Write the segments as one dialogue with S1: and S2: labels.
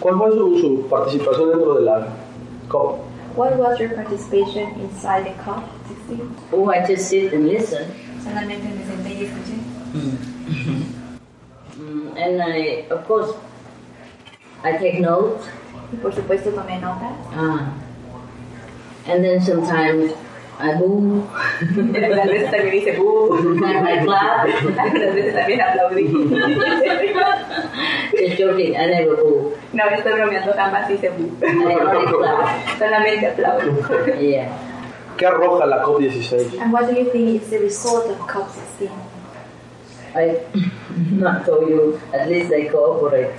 S1: ¿Cuál fue su, su participación dentro de la COP?
S2: What was your participation inside the COP16?
S3: Oh, I just sit and listen.
S2: Solamente me senté y escuché. Hmm.
S3: Mm, and I, of course, I take notes.
S2: Y por supuesto tomé nota.
S3: Ah. And then sometimes I boo.
S2: Las veces también hice "Uh",
S3: and I clap.
S2: Las veces también aplaudí.
S3: Just joking, I never boo.
S2: No estoy bromeando, jamás hice "Uh".
S3: I only clap.
S2: Solamente aplaudo.
S3: Yeah.
S1: ¿Qué arroja la COP16?
S2: And what do you think is the result of COP16?
S3: I not told you, at least I cooperate.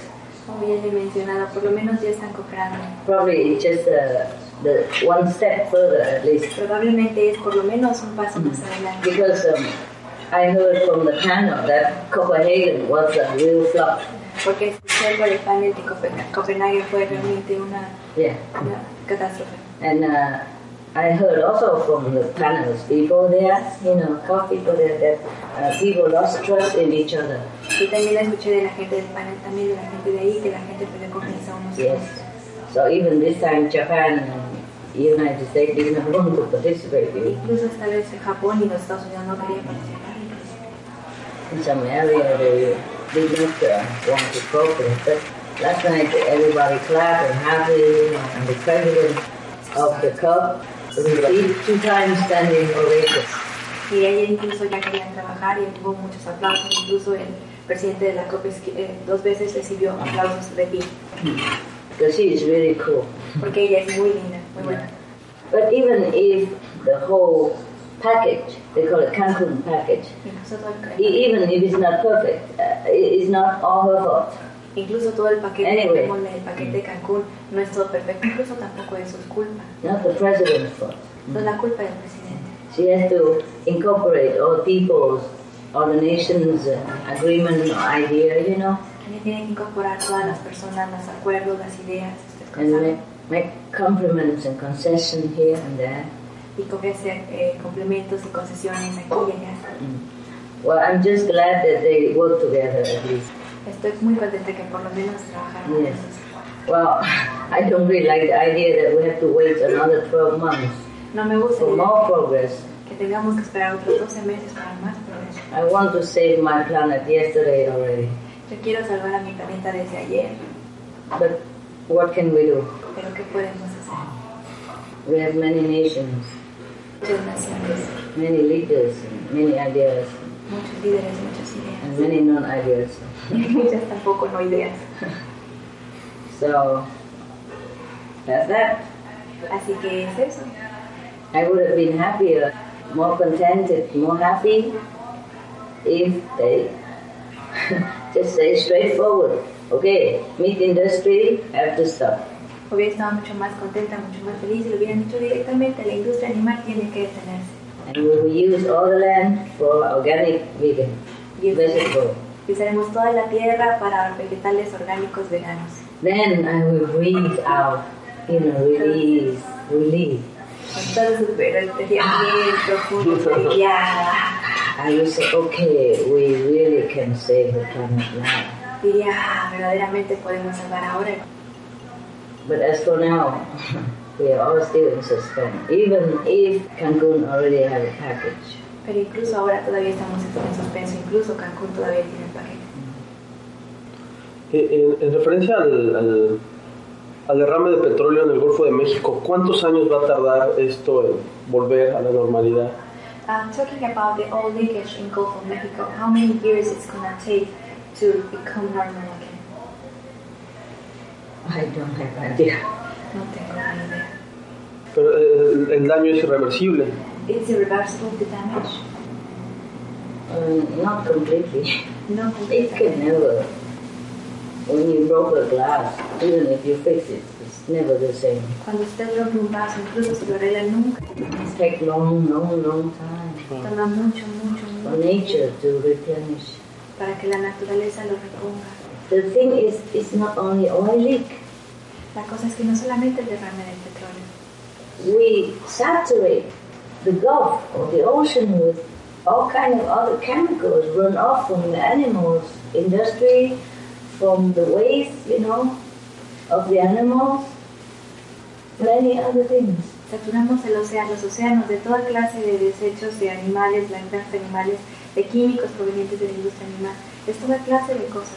S2: Como ya le he mencionado, por lo menos ya están comprando.
S3: Probably it's just uh, the one step further at least. Mm-hmm.
S2: Probablemente es por lo menos un paso más adelante.
S3: Because um, I heard from the panel that Copenhagen was a real flop.
S2: Porque escuché por el panel de Copen- Copenhague fue realmente una,
S3: Yeah.
S2: una catástrofe.
S3: And uh, I heard also from the panelists, people there, you know, how people there, that uh, people lost trust in each other.
S2: Y también la escuché de la gente del panel, también de la gente de ahí, que la gente pues, perdió confianza unos a
S3: Yes.
S2: otros.
S3: So even this time, Japan and United States did not want to participate in,
S2: Incluso esta vez en Japón y los Estados Unidos no querían participar.
S3: in some area. They did not uh, want to cooperate. But last night, everybody clapped and happy, you know, and the president of the cup received two times standing ovations.
S2: Y ayer incluso ya querían trabajar y hubo muchos aplausos. Incluso el presidente de la COP es que, eh, dos veces recibió aplausos de pie.
S3: Because she is really cool.
S2: Porque ella es muy linda, muy buena.
S3: But even if the whole package, they call it Cancun package,
S2: Incluso todo el,
S3: e- even if it's not perfect, uh, it- it's not all her fault.
S2: incluso todo el paquete,
S3: Anyway.
S2: como el paquete de Cancún, no es todo perfecto. Incluso tampoco es su culpa.
S3: Not the president's fault.
S2: No es la culpa del presidente.
S3: She has to incorporate all people's, all the nations' uh, agreement or idea, you know,
S2: Ella tiene que incorporar todas las personas, los acuerdos, las ideas, estas
S3: and
S2: cosas.
S3: make, make compliments and concession here and there.
S2: Y ofrecer eh, complementos y concesiones aquí y allá.
S3: Well, I'm just glad that they work together at least.
S2: Estoy muy contenta que por lo menos trabajaron.
S3: Yes. Well, I don't really like the idea that we have to wait another 12 months
S2: No me gusta
S3: for more progress.
S2: que tengamos que esperar otros 12 meses para más progreso.
S3: I want to save my planet yesterday already.
S2: Yo quiero salvar a mi planeta desde ayer,
S3: But what can we do?
S2: pero ¿qué podemos hacer?
S3: We have many nations,
S2: Muchas naciones,
S3: many leaders, many ideas,
S2: muchos líderes, muchas ideas.
S3: and many non ideas.
S2: Y muchas tampoco no ideas.
S3: So that's that.
S2: Así que es eso.
S3: I would have been happier, more contented, more happy if they just say straightforward, okay, meat industry have to stop.
S2: Hubiera estado mucho más contenta, mucho más feliz si lo hubieran dicho directamente. La industria animal tiene que detenerse.
S3: And we will use all the land for organic vegan
S2: Y
S3: vegetable.
S2: usaremos toda la tierra para vegetales orgánicos veganos.
S3: Then I will breathe out, you know, release, release.
S2: Entonces, pero sería bien profundo. Ya,
S3: I will say, okay, we really can save the planet now.
S2: diría, "Ah, verdaderamente podemos salvar ahora.
S3: But as for now, we are all still in suspense, even if Cancun already had a package.
S2: Pero incluso ahora todavía estamos en suspenso, incluso Cancún todavía tiene el paquete.
S1: Eh, En, en referencia al, al- al derrame de petróleo en el Golfo de México, ¿cuántos años va a tardar esto en volver a la normalidad?
S2: Um, talking about the oil leakage in Gulf of Mexico, how many years it's gonna take to become normal again?
S3: I don't have idea.
S2: No tengo ni idea.
S1: Pero eh, el, el daño es irreversible.
S2: It's irreversible the damage.
S3: Um, not completely.
S2: No
S3: It
S2: completely.
S3: can never. When you broke a glass, even if you fix it, it's never the same.
S2: Cuando usted rompe un vaso, incluso si lo arregla nunca,
S3: It takes long, long, long time
S2: toma mucho, mucho,
S3: for
S2: mucho
S3: nature to replenish.
S2: para que la naturaleza lo reponga.
S3: The thing is, it's not only oil leak.
S2: La cosa es que no solamente el derrame del petróleo,
S3: We saturate the Gulf or the ocean with all kind of other chemicals run off from the animals, industry, from the waste, you know. of the animals, many other things.
S2: Saturamos el océano, los océanos de toda clase de desechos de animales, la granja de animales, de químicos provenientes de la industria animal. Es toda clase de cosas.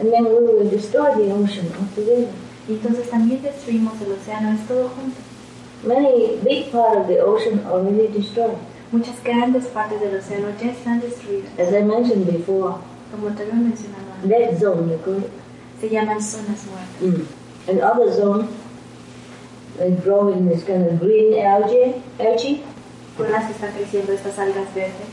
S2: ahí.
S3: And then we will destroy the ocean altogether.
S2: Y entonces también destruimos el océano, es todo junto.
S3: Many big part of the ocean already destroyed.
S2: Muchas grandes partes del océano ya están destruidas.
S3: As I mentioned before,
S2: Como te había mencionado antes,
S3: that zone you call it,
S2: se llaman zonas muertas.
S3: mm. and other zone they grow in this kind of green algae algae.
S2: Zonas que están creciendo estas algas verdes.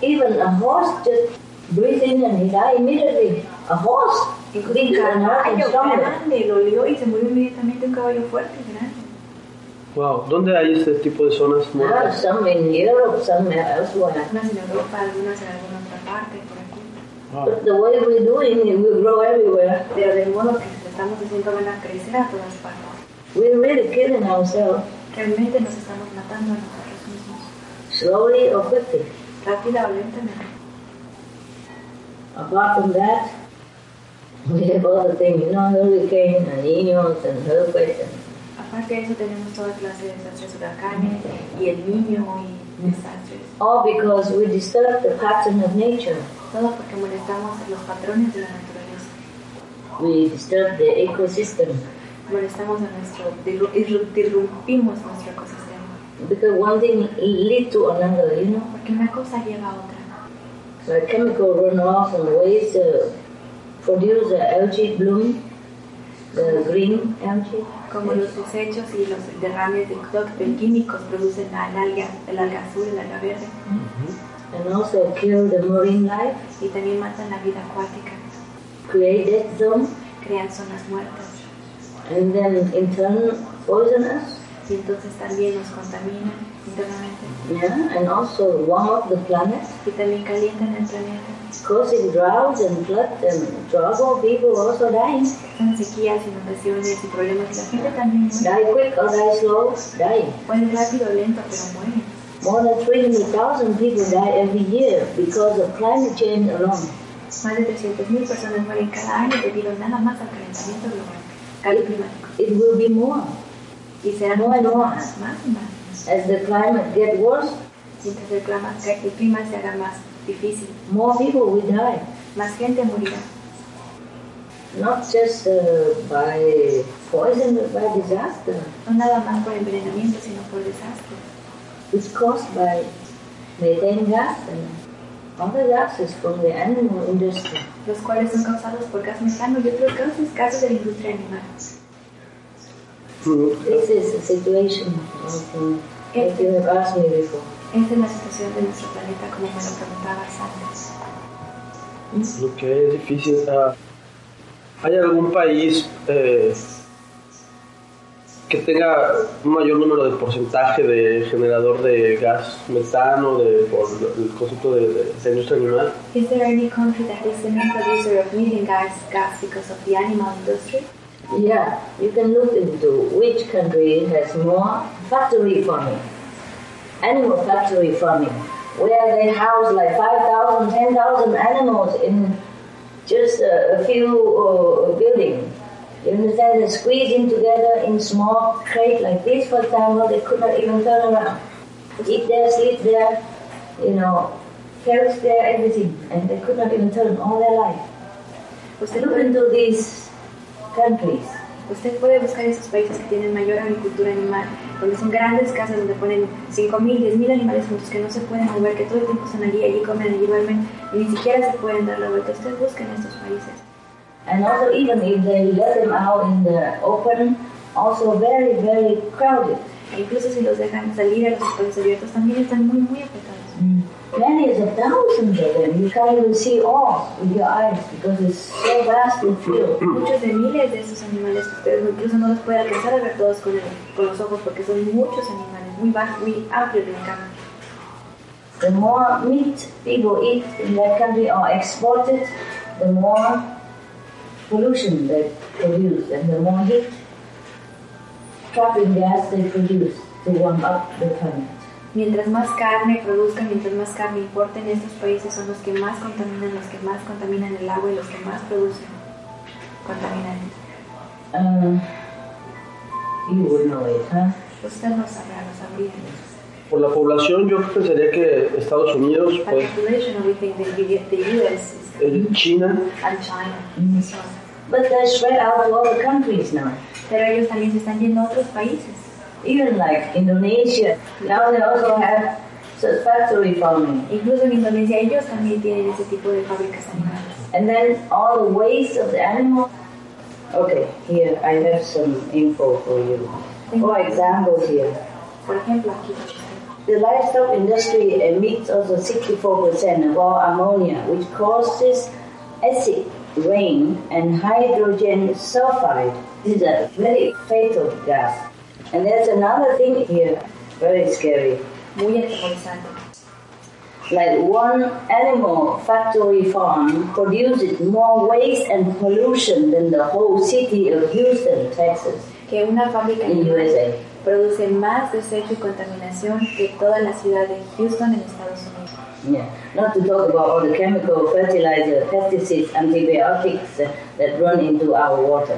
S3: Even a horse just breathe in and he die immediately. A horse big
S2: Incluso un
S3: and hard and
S2: caballo
S3: stronger.
S2: grande lo olió y se murió inmediatamente un caballo fuerte, grande.
S1: Wow, ¿dónde hay este tipo de zonas
S3: Well,
S1: muertas?
S3: some in Europe, some elsewhere.
S2: Algunas en Europa, algunas en alguna otra parte, por aquí.
S1: Wow.
S3: But the way we're doing it will grow everywhere.
S2: Pero del modo que lo estamos haciendo van a crecer a todas partes.
S3: We're really killing ourselves
S2: Realmente nos estamos matando a nosotros mismos,
S3: slowly or quickly.
S2: rápida o lentamente.
S3: Apart from that, we have all the things, you know, hurricane and enos and earthquake and
S2: Aparte de eso tenemos toda clase de desastres, huracanes y el niño y desastres.
S3: all because we disturb the pattern of nature.
S2: Todo porque molestamos los patrones de la naturaleza.
S3: We disturb the ecosystem.
S2: Molestamos a nuestro, dilu- irru- disrumpimos nuestro ecosistema.
S3: Because one thing lead to another, you know.
S2: Porque una cosa lleva a otra.
S3: Like chemical runoff and waste uh, produce the algae bloom, the green algae.
S2: Como los desechos y los derrames de, de químicos producen al alga, el alga azul, el alga verde.
S3: And also kill the marine life,
S2: Y también matan la vida acuática.
S3: create death zone,
S2: Crean zonas muertas.
S3: and then in turn poison us.
S2: Y entonces también nos contaminan internamente.
S3: Yeah, and also warm up the planet,
S2: Y también calientan el planeta.
S3: causing droughts and flood and trouble. People also dying,
S2: Son sequías, inundaciones y problemas. La gente también muere.
S3: die quick or die slow, dying.
S2: Puede Pues rápido o lento, pero mueren.
S3: More than 300,000 people die every year because of climate change alone.
S2: Más de 300.000 personas mueren cada año debido nada más al calentamiento global, cambio climático.
S3: It will be more.
S2: Y serán
S3: No,
S2: muchas
S3: no.
S2: más, más y más.
S3: As the climate gets worse,
S2: Mientras el clima, el clima se haga más difícil,
S3: more people will die.
S2: más gente morirá.
S3: Not just uh, by poison, but by disaster.
S2: No nada más por envenenamiento, sino por desastre.
S3: It's caused by methane gas and other gases from the animal industry.
S2: los cuales son causados por gas metano y otros gases, gases de la industria animal.
S1: Mm,
S3: This is the situation of, um, that you have asked me before.
S2: Esta es la situación de nuestro planeta, como me lo preguntabas antes.
S1: Ok, es difícil. Ah, ¿Hay algún país eh, que tenga un mayor número de porcentaje de generador de gas metano, de, por el concepto de, de- de industria animal?
S2: Is there any country that is the main producer of methane gas, gas because of the animal industry?
S3: Yeah, you can look into which country has more factory farming, animal factory farming, where they house like 5,000, 10,000 animals in just a, a few uh, buildings. You understand? They're squeezing together in small crate like this, for example, they could not even turn around. Eat there, sleep there, you know, perish there, everything. And they could not even turn all their life.
S2: Usted,
S3: Look
S2: puede,
S3: into these countries.
S2: usted puede buscar esos países que tienen mayor agricultura animal, donde son grandes casas donde ponen 5.000, 10.000 animales juntos que no se pueden mover, que todo el tiempo están allí, allí comen, allí duermen y ni siquiera se pueden dar la vuelta. Usted busca en estos países.
S3: And also, even if they let them out in the open, also very, very crowded.
S2: E incluso si los dejan salir a los espacios abiertos, también están muy, muy apretados.
S3: Mm. Many of thousands of them. You can't even see all with your eyes because it's so vast and field.
S2: Muchos de miles de esos animales, ustedes incluso no los pueden alcanzar a ver todos con, el- con los ojos porque son muchos animales, muy, baj- muy amplios de campo.
S3: The more meat people eat in that country or exported, the more pollution they produce and the more heat trapping gas they produce to warm up the planet.
S2: Mientras más carne produzcan, mientras más carne importen, estos países son los que más contaminan, los que más contaminan el agua y los que más producen. contaminantes.
S3: Um, you would know it, huh?
S2: Pues Usted lo sabrá, lo sabría.
S1: Por la población, yo pensaría que Estados Unidos,
S2: By
S1: pues,
S2: population, we think that you get the U.S. is-
S1: eh, China,
S2: and China. So,
S3: But they're spread out to other countries now.
S2: Pero ellos también se están yendo a otros países.
S3: Even like Indonesia. Now they also have such factory farming.
S2: Incluso en Indonesia ellos también tienen ese tipo de fábricas animales.
S3: And then all the waste of the animal. Okay, here I have some info for you. Or examples here.
S2: Por ejemplo, aquí Chichén.
S3: The livestock industry emits also 64% of all ammonia, which causes acid rain and hydrogen sulfide. This is a very fatal gas. And there's another thing here, very scary.
S2: muy atemorizante.
S3: Like one animal factory farm produces more waste and pollution than the whole city of Houston, Texas,
S2: Que una fábrica
S3: in
S2: animal
S3: USA.
S2: produce más desecho y contaminación que toda la ciudad de Houston en Estados Unidos.
S3: Yeah, not to talk about all the chemical fertilizer, pesticides, antibiotics uh, that run into our water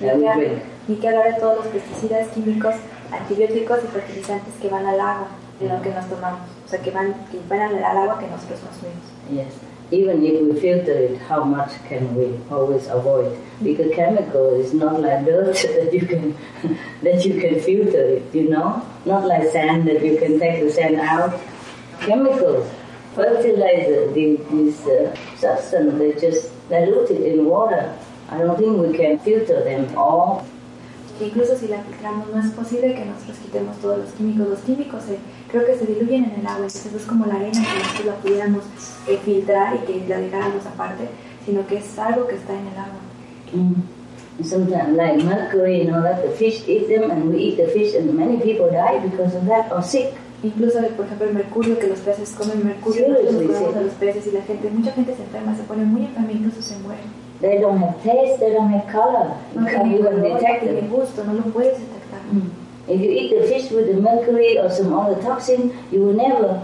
S2: Ni
S3: that we
S2: que,
S3: drink.
S2: ni que hablar de todos los pesticidas químicos, antibióticos y fertilizantes que van al agua de lo que nos tomamos. O sea, que van, que van al al agua que nosotros consumimos.
S3: Yes, even if we filter it, how much can we always avoid? Because chemical is not like dirt that you can that you can filter it. You know, not like sand that you can take the sand out. Chemicals, fertilizer, the- these uh, substance they just diluted in water. I don't think we can filter them all.
S2: que incluso si la filtramos no es posible que nosotros quitemos todos los químicos. Los químicos eh, creo que se diluyen en el agua, entonces es como la arena que nosotros la pudiéramos eh, filtrar y que la dejáramos aparte, sino que es algo que está en el agua.
S3: Mm. Sometimes, like mercury, you know, like the fish eat them, and we eat the fish, and many people die because of that or sick.
S2: Incluso, eh, por ejemplo, el mercurio, que los peces comen mercurio,
S3: Sí,
S2: nosotros
S3: sí,
S2: comemos
S3: sí.
S2: a los peces y la gente, mucha gente se enferma, se pone muy enferma e incluso se muere.
S3: They don't have taste, they don't have color. You
S2: No
S3: can't
S2: tiene
S3: even
S2: color, no
S3: detect
S2: tiene
S3: them.
S2: gusto, no lo puedes detectar.
S3: Mm. If you eat the fish with the mercury or some other toxin, you will never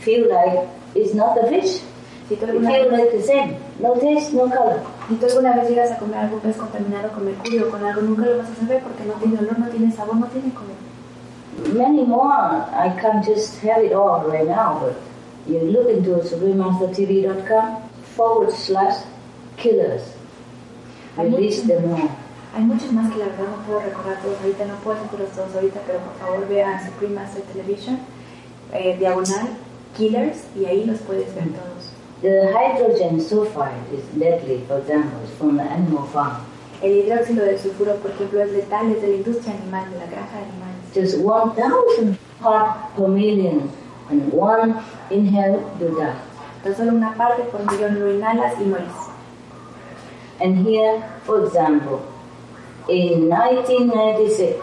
S3: feel like it's not the fish.
S2: Si tú
S3: You
S2: alguna
S3: feel like the same. No taste, no color.
S2: Si tú alguna vez llegas a comer algo que es contaminado con mercurio o con algo, nunca lo vas a saber porque no tiene olor, no tiene sabor, no tiene color.
S3: Many more. I can't just have it all right now, but you look into suprememastertv.com forward slash killers. Release them all.
S2: Hay muchos más que la verdad no puedo recordar todos ahorita, no puedo decirlos todos ahorita, pero por favor vean Supreme Master Television, eh, diagonal, Killers, y ahí los puedes ver todos.
S3: The hydrogen sulfide is deadly, for example, it's from the animal farm.
S2: El hidróxido de sulfuro, por ejemplo, es letal, es de la industria animal, de la granja de animales.
S3: Just 1,000 parts per million, and one inhale, you die.
S2: Tan solo una parte por millón lo inhalas y mueres.
S3: And here, for example, in 1996,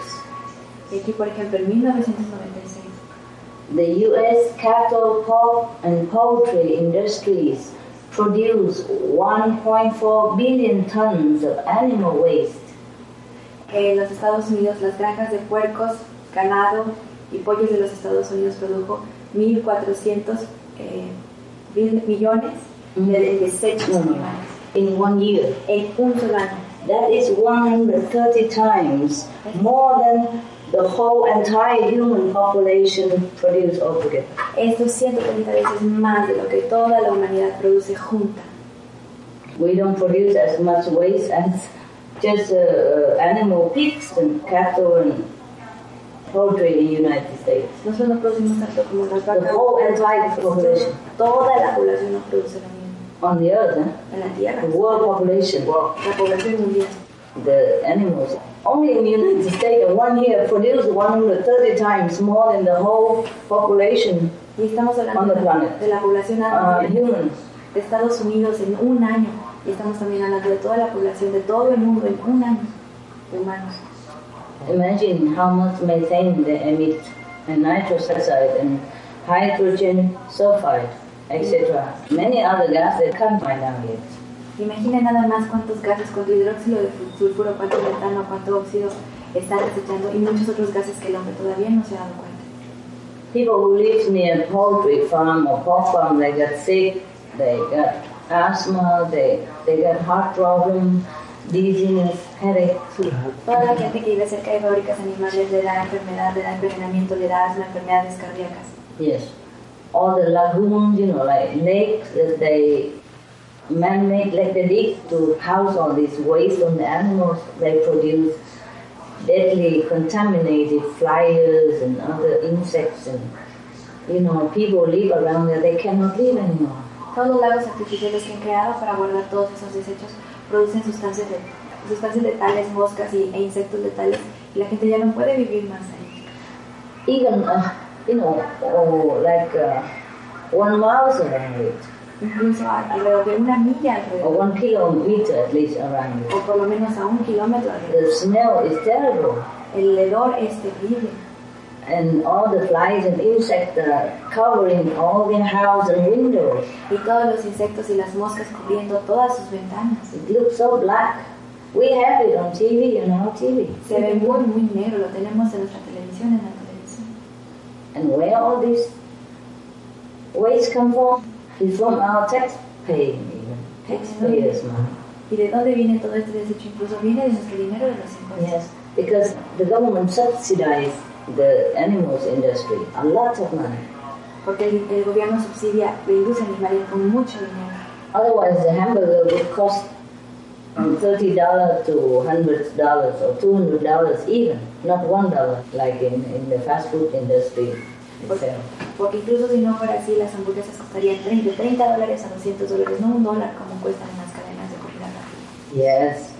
S2: Y aquí, por ejemplo, en 1996,
S3: The U.S. cattle, pork, and poultry industries produce 1.4 billion tons of animal waste.
S2: eh, en los Estados Unidos las granjas de puercos, ganado y pollos de los Estados Unidos produjo 1.400 eh, mil millones de desechos
S3: No, no,
S2: animales.
S3: In one year.
S2: en un solo año.
S3: That is 130 times more than the whole entire human population produce altogether.
S2: Esto es 130 veces más de lo que toda la humanidad produce junta.
S3: We don't produce as much waste as just uh, uh, animal pigs and cattle and poultry in the United States.
S2: Nosotros no producimos tanto como las
S3: The
S2: vacas.
S3: whole entire population.
S2: Toda la población no produce lo mismo
S3: On the earth, huh?
S2: en la tierra.
S3: the world population, well,
S2: La población mundial.
S3: the animals, only in the United States in one year produce 130 times more than the whole population
S2: Y estamos
S3: On the
S2: hablando de la-
S3: planet.
S2: de la población
S3: uh,
S2: adulta
S3: humans.
S2: de Estados Unidos en un año. Y estamos también hablando de toda la población de todo el mundo en un año de humanos.
S3: Imagine how much methane they emit, and nitrous oxide, and hydrogen sulfide, etc. Many other gases they can't find out yet.
S2: Imaginen nada más cuántos gases, cuánto hidróxido de fu- sulfuro, cuánto metano, cuánto óxido están desechando y muchos otros gases que el hombre todavía no se ha dado cuenta.
S3: People who live near poultry farm or pork farm, they got sick, they got asthma, they, they got heart problem, dizziness, headaches.
S2: Toda la gente que vive cerca de fábricas animales le da enfermedad, le da envenenamiento, le da asma, enfermedades cardíacas.
S3: Yes. All the lagoons, you know, like lakes that they man-made, like they dig to house all these waste on the animals, they produce deadly contaminated flies and other insects and, you know, people live around there, they cannot live anymore.
S2: Todos los lagos artificiales que han creado para guardar todos esos desechos producen sustancias, de- sustancias letales, moscas y, e insectos letales y la gente ya no puede vivir más ahí.
S3: Even, uh, you know, oh, like uh, one mouse around it,
S2: Incluso a- alrededor de una milla
S3: or
S2: alrededor,
S3: one kilometer at least around it.
S2: o por lo menos a un kilómetro alrededor.
S3: The smell is terrible.
S2: El hedor es terrible.
S3: and all the flies and insects that are covering all their house and windows.
S2: y todos los insectos y las moscas cubriendo todas sus ventanas.
S3: It looks so black. We have it on TV and our TV.
S2: Se ve muy, muy negro, lo tenemos en nuestra televisión, en la televisión.
S3: And where all these waste come from? It's from our taxpaying even. Taxpayers money.
S2: ¿Y de dónde viene todo este desecho? Incluso viene de nuestro dinero de los impuestos.
S3: Yes. Because the government subsidizes the animals industry a lot of money.
S2: Porque el, el gobierno subsidia la industria animal con mucho dinero.
S3: Otherwise the hamburger would cost from thirty dollars to hundred dollars or two hundred dollars even, not one dollar like in, in the fast food industry itself.
S2: Porque incluso si no fuera así, las hamburguesas costarían 30, 30 dólares a 200 dólares, no un dólar como cuestan en las cadenas de comida rápida.
S3: Yes.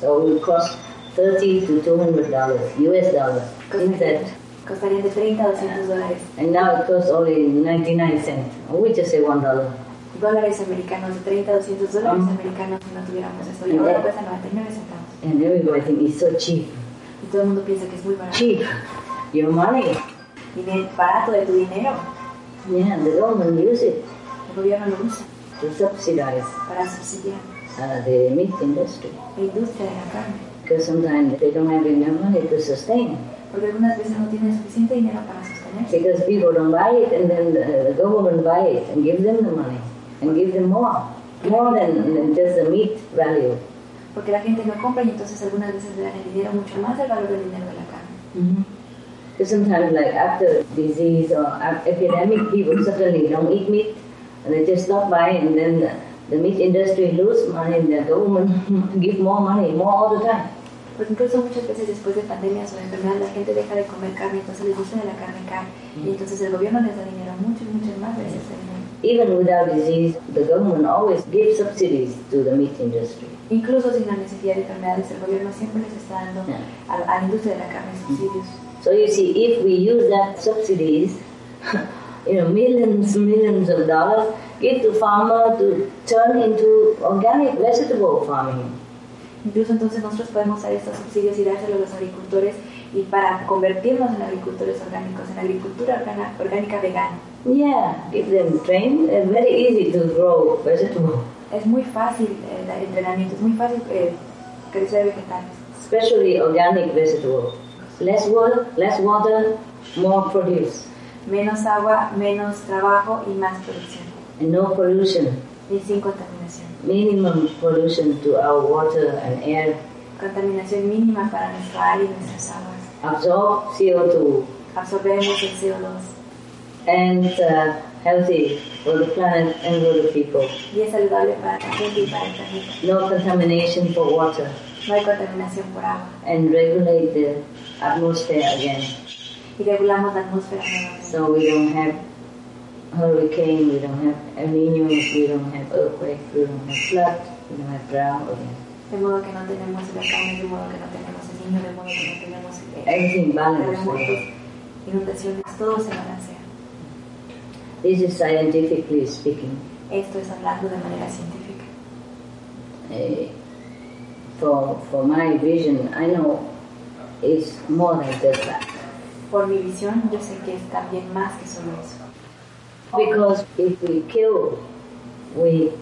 S3: So it would cost thirty to two hundred dollars, US dollars. In
S2: Costarían,
S3: that
S2: costarían de 30 a 200 dólares,
S3: and now it costs only ninety nine cents. We just say one dollar.
S2: dólares americanos, de 30 a 200 dólares
S3: Ah.
S2: americanos si no tuviéramos esto. Y ahora cuesta 99 centavos.
S3: And everybody thinks it's so cheap.
S2: Y todo el mundo piensa que es muy barato.
S3: Cheap. Your money.
S2: Dinero barato de tu dinero.
S3: Yeah, the government use it
S2: El gobierno lo usa
S3: to subsidize
S2: para subsidiar
S3: uh, the meat industry.
S2: la industria de la carne.
S3: Because sometimes they don't have enough money to sustain.
S2: Porque algunas veces no tienen suficiente dinero para sostenerse.
S3: Because people don't buy it, and then the, the government buy it and give them the money and give them more, more than, than just the meat value.
S2: Porque la gente no compra y entonces algunas veces le dan el dinero mucho más del valor del dinero de la carne.
S3: mm Sometimes, like after disease or ap- epidemic, people suddenly don't eat meat, and they just stop buying, and then the, the meat industry lose money, and the government give more money, more all the time.
S2: Porque incluso muchas veces después de pandemias o de enfermedades la gente deja de comer carne, entonces les gusta de la carne carne. Y entonces el gobierno les da dinero, muchas, muchas más veces de dinero.
S3: Even without disease, the government always gives subsidies to the meat industry.
S2: Incluso sin la necesidad de enfermedades, el gobierno siempre les está dando a, a la industria de la carne subsidios.
S3: So you see, if we use that subsidies, you know, millions, millions of dollars, give to farmer to turn into organic vegetable farming.
S2: Incluso entonces nosotros podemos usar estos subsidios y dárselos a los agricultores y para convertirnos en agricultores orgánicos, en agricultura organa- orgánica vegana.
S3: Yeah, give them train. uh, very easy to grow vegetable,
S2: Es muy fácil eh, el entrenamiento, es muy fácil eh, crecer vegetales.
S3: especially organic vegetable. Less work, less water, more produce,
S2: Menos agua, menos trabajo y más producción.
S3: and no pollution.
S2: Y sin contaminación.
S3: Minimum pollution to our water and air.
S2: Contaminación mínima para nuestra área y nuestras aguas.
S3: Absorb CO2
S2: Absorbemos el CO2
S3: and uh, healthy for the planet and for the people.
S2: y es saludable para la gente y para el planeta.
S3: no contamination for water,
S2: No hay contaminación por agua.
S3: and regulate the atmosphere again.
S2: Y regulamos la atmósfera nuevamente.
S3: So we don't have hurricane, we don't have El Nino, we don't have earthquake, we don't have flood, we don't have drought again.
S2: De modo que no tenemos huracanes, de modo que no tenemos el niño, de modo que no tenemos eh,
S3: Everything
S2: terremotos,
S3: balanced.
S2: inundaciones, todo se balancea.
S3: This is scientifically speaking.
S2: Esto es hablando de manera científica.
S3: Eh, for for my vision, I know it's more than just that.
S2: Por mi visión, yo sé que es también más que solo eso.
S3: Because if we kill, we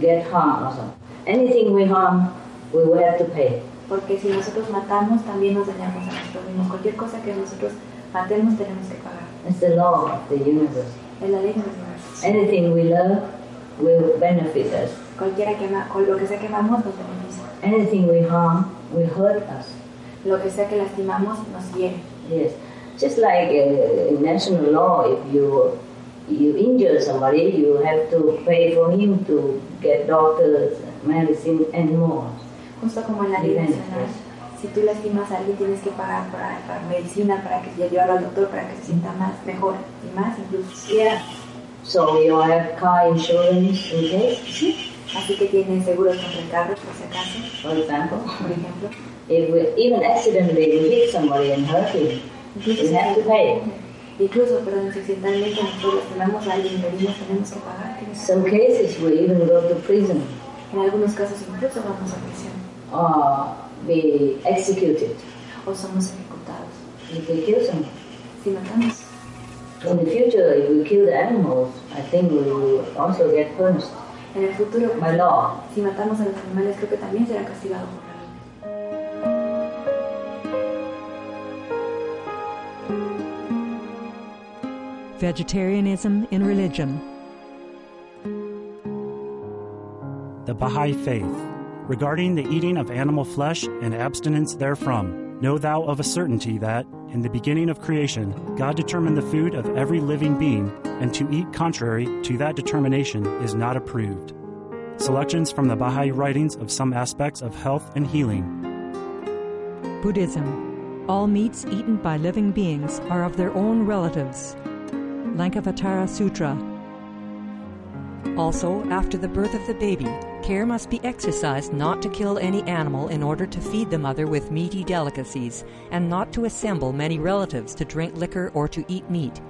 S3: get harm also. Anything we harm, we will have to pay.
S2: Porque si nosotros matamos, también nos dañamos a nosotros mismos. Cualquier cosa que nosotros matemos, tenemos que pagar.
S3: It's the law of the universe.
S2: Es la ley del universo.
S3: Anything we love will benefit us.
S2: Cualquiera quema, con lo que sea quemamos nos beneficia.
S3: Anything we harm will hurt us.
S2: Lo que sea que lastimamos nos hiere.
S3: Yes. Just like uh, in national law, if you you injure somebody, you have to pay for him to get doctors, medicine, and more.
S2: Justo como en la ley nacional, si tú lastimas a alguien tienes que pagar para, para medicina, para que se lleve al doctor, para que se sienta más, mejor y más incluso.
S3: Yeah. So you have car insurance in case,
S2: Así que tienes seguros contra el carro, por si acaso,
S3: for example.
S2: por ejemplo.
S3: If we even accidentally we hit somebody and hurt him, we have to pay.
S2: Incluso, perdón, si accidentalmente nosotros lastimamos a alguien y herimos, tenemos que pagar.
S3: In some cases, we even go to prison
S2: En algunos casos incluso vamos a prisión
S3: or be executed
S2: o somos ejecutados.
S3: if we kill someone.
S2: Si matamos,
S3: In the future, if we kill the animals, I think we will also get punished
S2: en el futuro,
S3: by law.
S2: si matamos a los animales, creo que también será castigado por la ley.
S4: Vegetarianism in Religion.
S5: the Baha'i Faith. Regarding the eating of animal flesh and abstinence therefrom, know thou of a certainty that, in the beginning of creation, God determined the food of every living being, and to eat contrary to that determination is not approved. Selections from the Baha'i writings of some aspects of health and healing.
S4: Buddhism. All meats eaten by living beings are of their own relatives. Lankavatara Sutra. Also, after the birth of the baby, care must be exercised not to kill any animal in order to feed the mother with meaty delicacies, and not to assemble many relatives to drink liquor or to eat meat,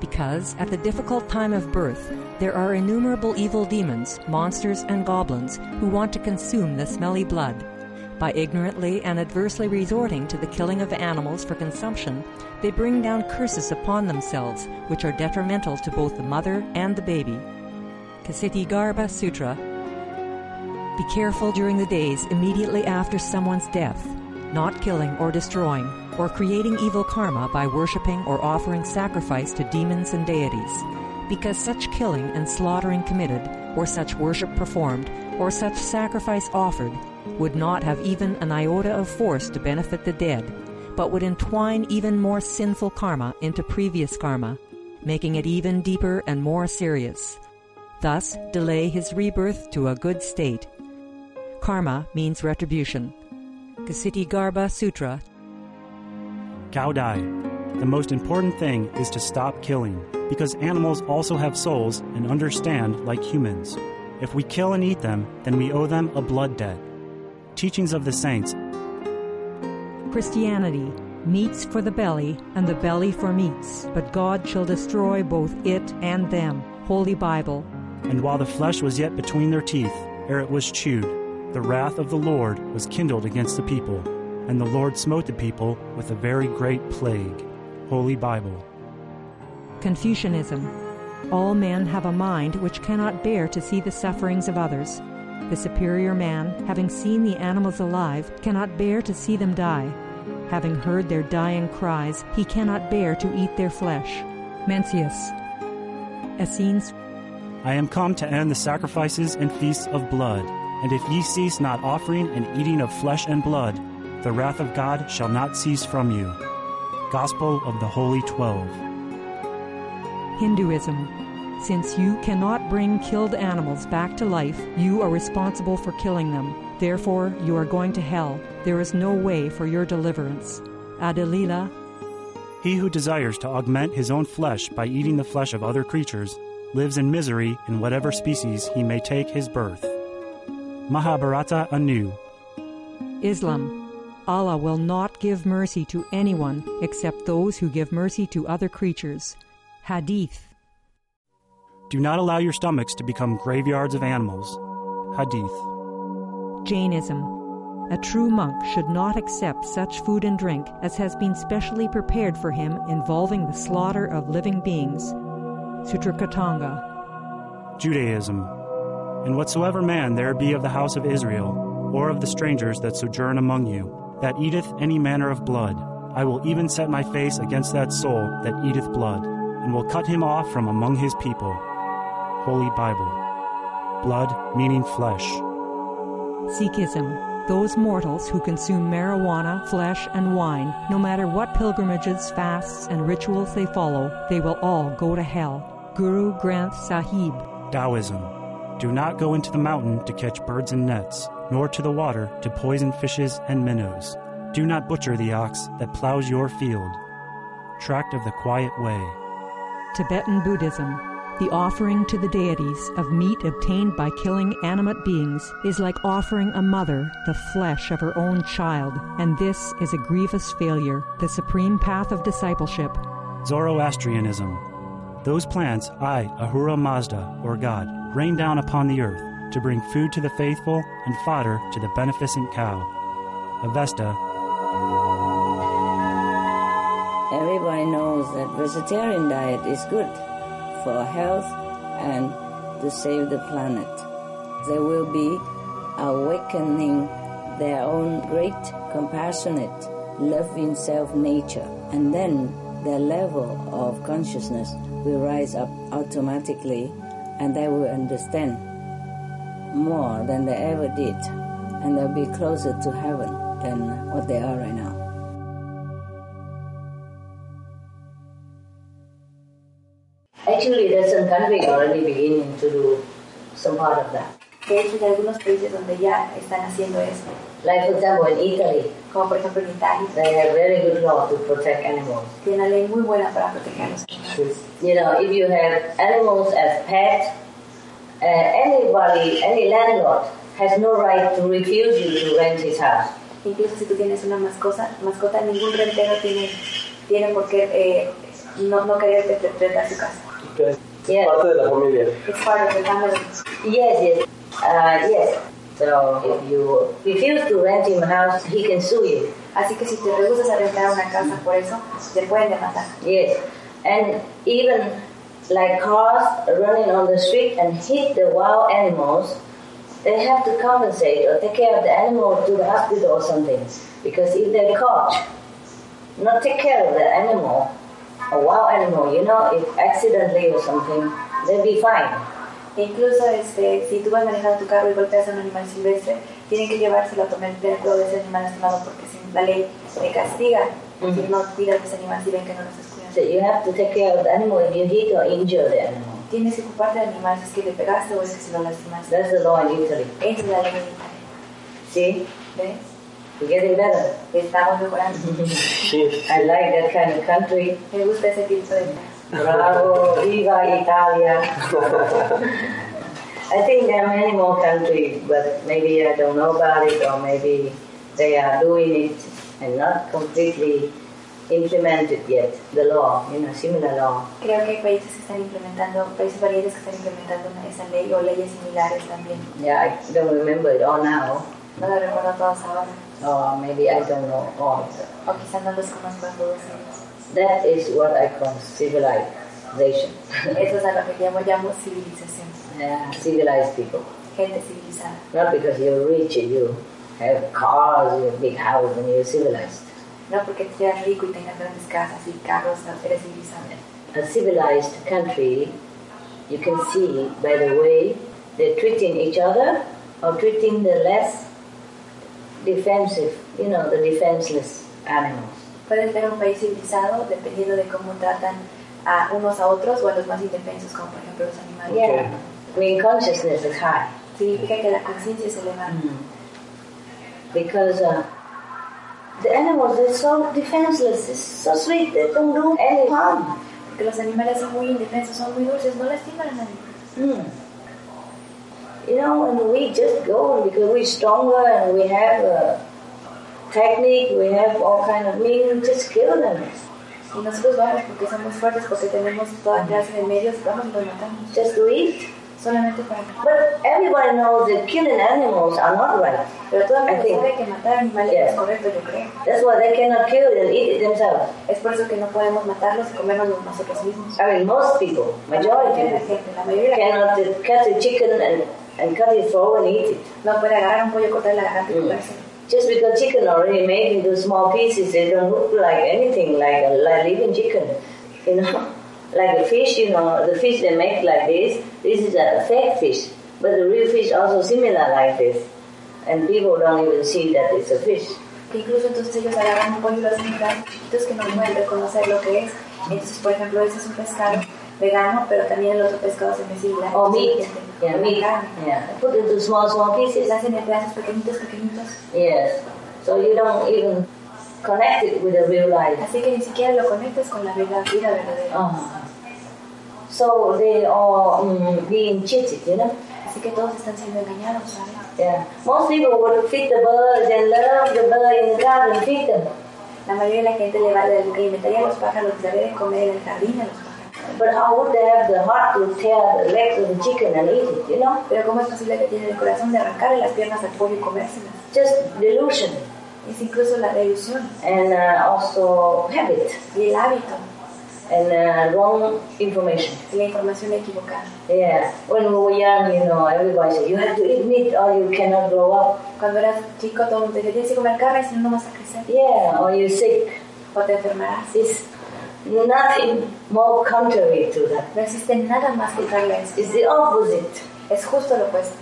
S4: because at the difficult time of birth, there are innumerable evil demons, monsters, and goblins who want to consume the smelly blood. By ignorantly and adversely resorting to the killing of animals for consumption, they bring down curses upon themselves, which are detrimental to both the mother and the baby. Kasiti Garba Sutra Be careful during the days immediately after someone's death, not killing or destroying, or creating evil karma by worshipping or offering sacrifice to demons and deities, because such killing and slaughtering committed, or such worship performed, or such sacrifice offered, would not have even an iota of force to benefit the dead, but would entwine even more sinful karma into previous karma, making it even deeper and more serious thus delay his rebirth to a good state. Karma means retribution. Kasiti Garba Sutra
S5: Cow die. The most important thing is to stop killing, because animals also have souls and understand like humans. If we kill and eat them, then we owe them a blood debt. Teachings of the Saints
S4: Christianity, meats for the belly, and the belly for meats, but God shall destroy both it and them. Holy Bible.
S5: And while the flesh was yet between their teeth, ere it was chewed, the wrath of the Lord was kindled against the people, and the Lord smote the people with a very great plague. Holy Bible.
S4: Confucianism. All men have a mind which cannot bear to see the sufferings of others. The superior man, having seen the animals alive, cannot bear to see them die. Having heard their dying cries, he cannot bear to eat their flesh. Mencius. Essenes.
S5: I am come to end the sacrifices and feasts of blood, and if ye cease not offering and eating of flesh and blood, the wrath of God shall not cease from you. Gospel of the Holy Twelve.
S4: Hinduism. Since you cannot bring killed animals back to life, you are responsible for killing them. Therefore, you are going to hell. There is no way for your deliverance. Adelila.
S5: He who desires to augment his own flesh by eating the flesh of other creatures lives in misery in whatever species he may take his birth. Mahabharata anew.
S4: Islam. Allah will not give mercy to anyone except those who give mercy to other creatures. Hadith.
S5: Do not allow your stomachs to become graveyards of animals. Hadith.
S4: Jainism. A true monk should not accept such food and drink as has been specially prepared for him involving the slaughter of living beings. Sutra Katanga.
S5: Judaism. And whatsoever man there be of the house of Israel, or of the strangers that sojourn among you, that eateth any manner of blood, I will even set my face against that soul that eateth blood, and will cut him off from among his people. Holy Bible. blood, meaning flesh.
S4: Sikhism. Those mortals who consume marijuana, flesh, and wine, no matter what pilgrimages, fasts, and rituals they follow, they will all go to hell. Guru Granth Sahib.
S5: Taoism. Do not go into the mountain to catch birds and nets, nor to the water to poison fishes and minnows. Do not butcher the ox that plows your field. Tract of the Quiet Way.
S4: Tibetan Buddhism. The offering to the deities of meat obtained by killing animate beings is like offering a mother the flesh of her own child, and this is a grievous failure, the supreme path of discipleship.
S5: Zoroastrianism. Those plants I, Ahura Mazda, or God, rain down upon the earth to bring food to the faithful and fodder to the beneficent cow. Avesta.
S6: Everybody knows that vegetarian diet is good for health and to save the planet. They will be awakening their own great compassionate, loving self nature, and then their level of consciousness will rise up automatically and they will understand more than they ever did and they'll be closer to heaven than what they are right now.
S3: Actually, there's some country already beginning to do some part of that.
S2: De hecho, hay algunos países donde ya están haciendo esto,
S3: Like, for example, in Italy,
S2: como por ejemplo en Italia.
S3: they have very good law to protect animals.
S2: Tiene una ley muy buena para protegerlos.
S3: You know, if you have animals as pets, uh, anybody, any landlord has no right to refuse you to rent his house.
S2: Incluso si tú tienes una mascota, mascota ningún rentero tiene, tiene por qué eh, no, no querer re- re- rentar su casa.
S1: Ok. Es
S3: Yeah.
S1: parte de la familia.
S2: Es para el family.
S3: Yes, yes, uh, yes. So if you refuse to rent him a house, he can sue you.
S2: Así que si te rehusas a rentar una casa por eso, te pueden demandar.
S3: Yes, and even like cars running on the street and hit the wild animals, they have to compensate or take care of the animal to the hospital or something. Because if they caught, not take care of the animal, a wild animal, you know, if accidentally or something, they'll be fined.
S2: E incluso este, si tú vas manejando tu carro y golpeas a un animal silvestre, tienen que llevárselo a tomar el perro de ese animal estimado porque si la ley te castiga, si no tiras los animales si ven que no los descuidas.
S3: So you have to take care of the animal if you hit or injure the animal.
S2: Tienes que ocuparte del animal si es que le pegaste o es que si lo lastimaste.
S3: That's the law in Italy.
S2: Esa es la ley en Italia.
S3: See,
S2: ¿Ves?
S3: we're getting better.
S2: Estamos mejorando.
S1: Sí.
S3: I like that kind of country.
S2: Me gusta ese tipo de...
S3: Bravo, viva Italia. I think there are many more countries, but maybe I don't know about it, or maybe they are doing it and not completely implemented yet. The law, you know, similar law.
S2: Creo que hay países que están implementando, países variados que están implementando esa ley o leyes similares también.
S3: Yeah, I don't remember it all now,
S2: No lo recuerdo todos ahora,
S3: or maybe I don't know all.
S2: o quizás no los conozco a todos ellos.
S3: That is what I call civilization.
S2: Eso es a lo que llamo, llamo civilización,
S3: yeah, civilized people.
S2: gente civilizada.
S3: Not because you're rich and you have cars, you have big house, and you're civilized.
S2: No porque seas rico y tengas grandes casas y carros, no eres civilizado.
S3: a civilized country, you can see by the way they're treating each other or treating the less defensive, you know, the defenseless animals.
S2: Puedes ver un país civilizado dependiendo de cómo tratan a unos a otros o a los más indefensos, como por ejemplo los animales.
S3: Yeah. I mean, consciousness is high Mm.
S2: Significa que la conciencia se eleva.
S3: because uh, the animals, they're so defenseless, it's so sweet, they don't do any harm.
S2: Porque los animales son muy indefensos, son muy dulces, no lastiman a nadie.
S3: You know, and we just go because we're stronger and we have a technique, we have all kind of means, just kill them.
S2: Y nosotros vamos porque somos fuertes, porque tenemos toda clase de medios, vamos y los matamos.
S3: just to eat.
S2: Solamente para que.
S3: But everybody knows that killing animals are not right.
S2: Pero todo el mundo
S3: I think-
S2: sabe que matar animales no es
S3: Yeah.
S2: correcto, yo creo.
S3: That's why they cannot kill it and eat it themselves.
S2: Es por eso que no podemos matarlos y comernos nosotros mismos.
S3: I mean, most people, majority,
S2: La mayoría de la
S3: people,
S2: gente, la mayoría de la gente
S3: cannot cut the chicken and, and cut it for and eat it.
S2: no puede agarrar un pollo, cortar la garganta y comerse.
S3: Just because chicken already made into small pieces, they don't look like anything like a like living chicken, you know. Like a fish, you know, the fish they make like this, this is a fake fish. But the real fish also similar like this, and people don't even see that it's a fish.
S2: que incluso entonces ellos agarran un pollo y lo hacen tan chiquitos que no pueden reconocer lo que es. Entonces, por ejemplo, ese es un pescado vegano, pero también el otro pescado se mezcla.
S3: Or meat, yeah,
S2: la
S3: meat,
S2: carne.
S3: yeah. Put into small, small
S2: Se
S3: pieces.
S2: hacen en pedazos pequeñitos, pequeñitos.
S3: Yes. So you don't even connect it with the real life.
S2: Así que ni siquiera lo conectas con la verdad, vida verdadera.
S3: Oh. So they are mm, being cheated, you know.
S2: Así que todos están siendo engañados, ¿sabes?
S3: Yeah. Most people would feed the birds and love the bird in the garden, feed them.
S2: La mayoría de la gente le va a alimentaría a los pájaros, les daría de comer en el jardín a los pájaros.
S3: But how would they have the heart to tear the legs of the chicken and eat it, you know?
S2: Pero ¿cómo es posible que tienen el corazón de arrancarle las piernas al pollo y comérselas?
S3: Just delusion
S2: Es incluso la delusión
S3: and uh, also habit
S2: y el hábito
S3: and uh, wrong information.
S2: y la información equivocada.
S3: Yeah. When we were young, you know, everybody said, you have to eat meat or you cannot grow up.
S2: Cuando eras chico, todo el mundo te decía, tienes que comer carne, si no, no vas a crecer.
S3: Yeah, or you're sick.
S2: O te enfermarás.
S3: It's nothing more contrary to that.
S2: No existe nada más que a eso.
S3: It's the opposite.
S2: Es justo lo opuesto.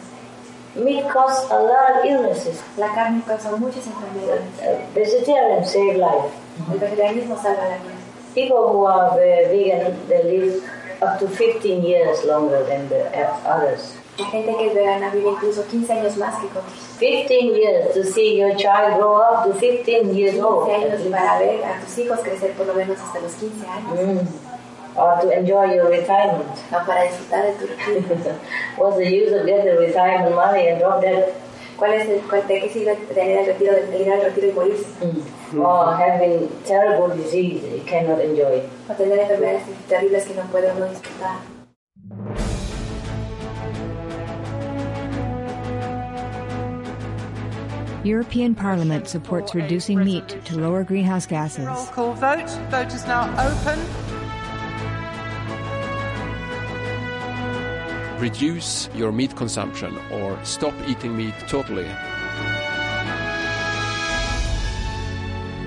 S3: Meat causes a lot of illnesses.
S2: La carne causa muchas enfermedades.
S3: Uh, vegetarians save life.
S2: El vegetarianismo salva la vida.
S3: People who are uh, vegan, they live up to 15 years longer than the others.
S2: La gente que es vegana vive incluso 15 años más que otros.
S3: 15 years to see your child grow up to 15 years
S2: 15
S3: old.
S2: años para ver a tus hijos crecer por lo menos hasta los 15 años.
S3: Mm. Or to enjoy your retirement.
S2: O Ah, para disfrutar de tu retiro.
S3: What's the use of getting retirement money and drop dead?
S2: ¿Cuál es el, cuál, ¿De qué sirve tener el retiro, de ir al retiro y morirse?
S3: Or having terrible disease you cannot enjoy.
S2: O tener enfermedades terribles que no puede uno disfrutar.
S7: European Parliament supports reducing meat to lower greenhouse gases.
S8: Roll call vote. Vote is now open.
S9: reduce your meat consumption or stop eating meat totally.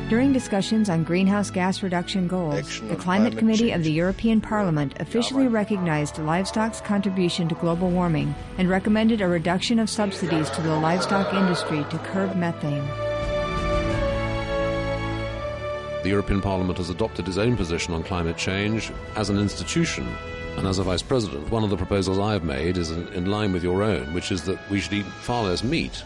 S7: During discussions on greenhouse gas reduction goals,
S10: Action
S7: the
S10: on
S7: Climate
S10: climate
S7: Committee of
S10: change.
S7: the European Parliament officially recognized livestock's contribution to global warming and recommended a reduction of subsidies to the livestock industry to curb methane.
S11: The European Parliament has adopted its own position on climate change as an institution. And as a vice president, one of the proposals I've made is in, in line with your own, which is that we should eat far less meat,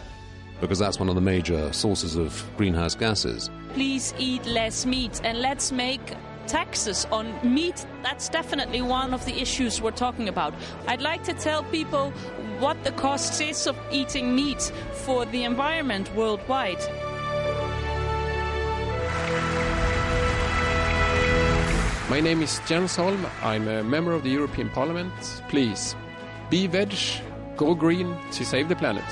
S11: because that's one of the major sources of greenhouse gases.
S12: Please eat less meat and let's make taxes on meat. That's definitely one of the issues we're talking about. I'd like to tell people what the cost is of eating meat for the environment worldwide.
S9: My name is Jens Holm. I'm a member of the European Parliament. Please be veg, go green to save the planet.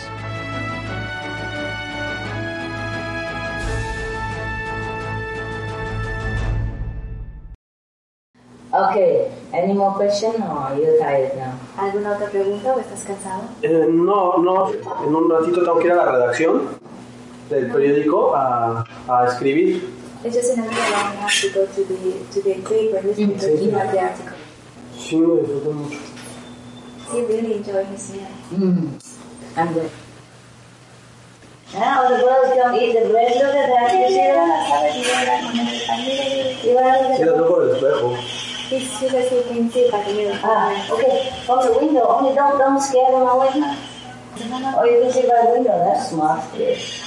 S3: Okay, any more question or you're tired now?
S2: ¿Alguna otra pregunta o estás cansado?
S1: Eh, no, no, en un ratito tengo que ir a la redacción del periódico a, a escribir.
S2: It's just another long article to the, to the este paper, newspaper,
S1: Sí.
S2: keep up the article.
S1: Sí, me disfruto mucho.
S2: He really enjoyed his meal.
S3: Mm. I'm good. Now Ah, the girls come eat the bread. Look at that. You see that? You want to look at
S1: Sí, las veo por el espejo.
S2: He, he says he can see by the mirror.
S3: Ah, okay. From the window. Only don't don't scare them away. Oh, you can see by the window. That's smart. Yes.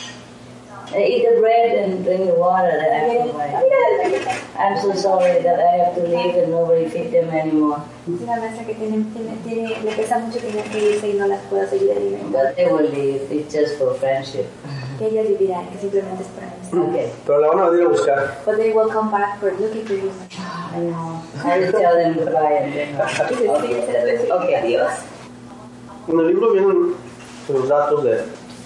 S3: They eat the bread and drink the water. That I can buy. I'm so sorry that I have to leave and nobody feed them anymore.
S2: Es una mesa que tiene, tiene, tiene, le pesa mucho que no que irse y no las puedo seguir alimentando.
S3: But they will leave. It's just for friendship.
S2: Que ellas vivirán, que simplemente es para amistad.
S3: Okay.
S1: Pero la van a venir a buscar.
S2: But they will come back for looking for you.
S3: I know. I will tell them goodbye and then. Okay. Okay. Adios.
S1: En el libro vienen los datos de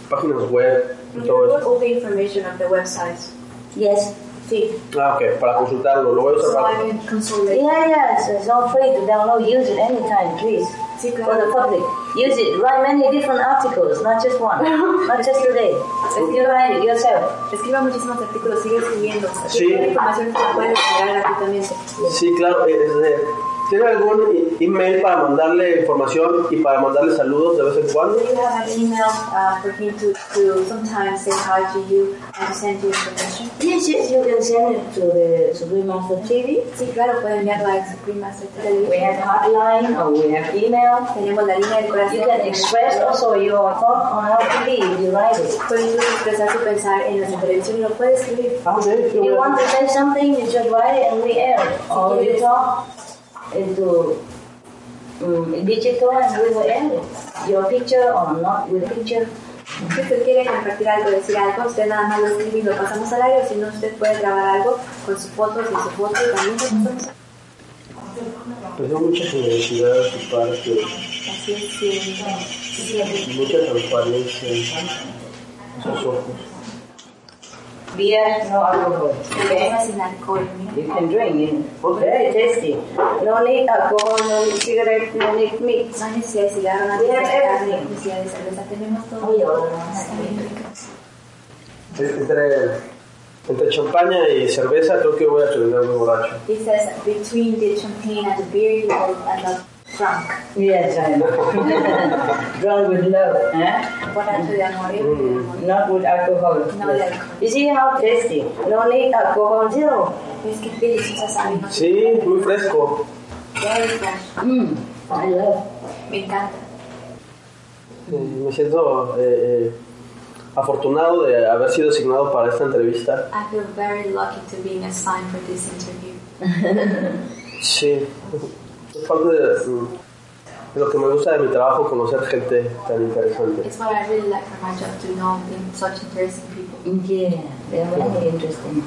S1: páginas web
S2: You
S1: y todo
S2: got
S1: eso.
S2: all the information of the websites.
S3: Yes.
S2: Sí.
S1: Ah, ok, para consultarlo. Lo voy a usar
S2: So I
S1: para...
S2: can console it.
S3: Yeah, yeah, so it's all free to download. Use it anytime, please.
S2: Sí,
S3: For the
S2: claro.
S3: public. Use it. Write many different articles, not just one. not just today. If you write it yourself.
S2: Escriba muchísimos artículos, sigue escribiendo.
S1: Sí.
S2: Información que puedes generar gratuitamente.
S1: Sí, claro, eh, eh, ¿Tiene algún e- email para mandarle información y para mandarle saludos de vez en cuando?
S2: Do you have an email uh, for him to, to sometimes say hi to you and send you information?
S3: Yes, yes, you can send it to the Supreme Master TV.
S2: Sí, claro, pueden enviarlo a Supreme Master Television.
S3: We have hotline or we have email.
S2: Tenemos la línea del corazón.
S3: You can express also your thought on our TV if you like it.
S2: Puedes expresar tu pensar en nuestra televisión y lo puedes escribir.
S1: Ah, sí, qué
S3: If you
S1: bueno.
S3: want to say something, you just write it and we air it. Or you talk into um, digital and we will air it. Your picture or not your picture.
S2: Si usted quiere compartir algo, decir algo, usted nada más lo escribe y lo pasamos al aire. o Si no, usted puede grabar algo con sus fotos y su foto y también lo pasamos.
S1: Pero Pues mucha generosidad de su parte,
S2: Así es, sí, sí.
S1: mucha transparencia en sus ojos.
S3: Beer, no alcohol. Okay?
S2: Personas sin alcohol.
S3: You can drink it. Very tasty. No need alcohol, no need cigarette, no need meat.
S2: No hay necesidad de cigarro, no hay
S3: Bien,
S2: necesidad de carne,
S3: bien.
S2: no hay necesidad de cerveza. Tenemos todo.
S3: Oye, ahora.
S2: Está bien rico.
S1: Entre, entre champaña y cerveza creo que voy a terminar muy borracho.
S2: He says between the champagne and the beer, you will end up drunk.
S3: Yes, I know. Drunk with love, eh?
S2: Borracho de amor, ebrio de amor.
S3: Not with alcohol.
S2: No with alcohol.
S3: You see how tasty? No need alcohol, zero.
S2: Es que qué deliciosa sabe, ¿no?
S1: Sí, muy fresco.
S2: Very fresh.
S3: Mm, I love.
S2: Me encanta.
S1: Eh, Me siento eh, eh, afortunado de haber sido asignado para esta entrevista.
S2: I feel very lucky to being assigned for this interview.
S1: Sí, es parte de, mm, de lo que me gusta de mi trabajo, conocer gente tan interesante.
S2: It's what I really like for my job to know in such interesting people.
S3: Yeah, they're very interesting.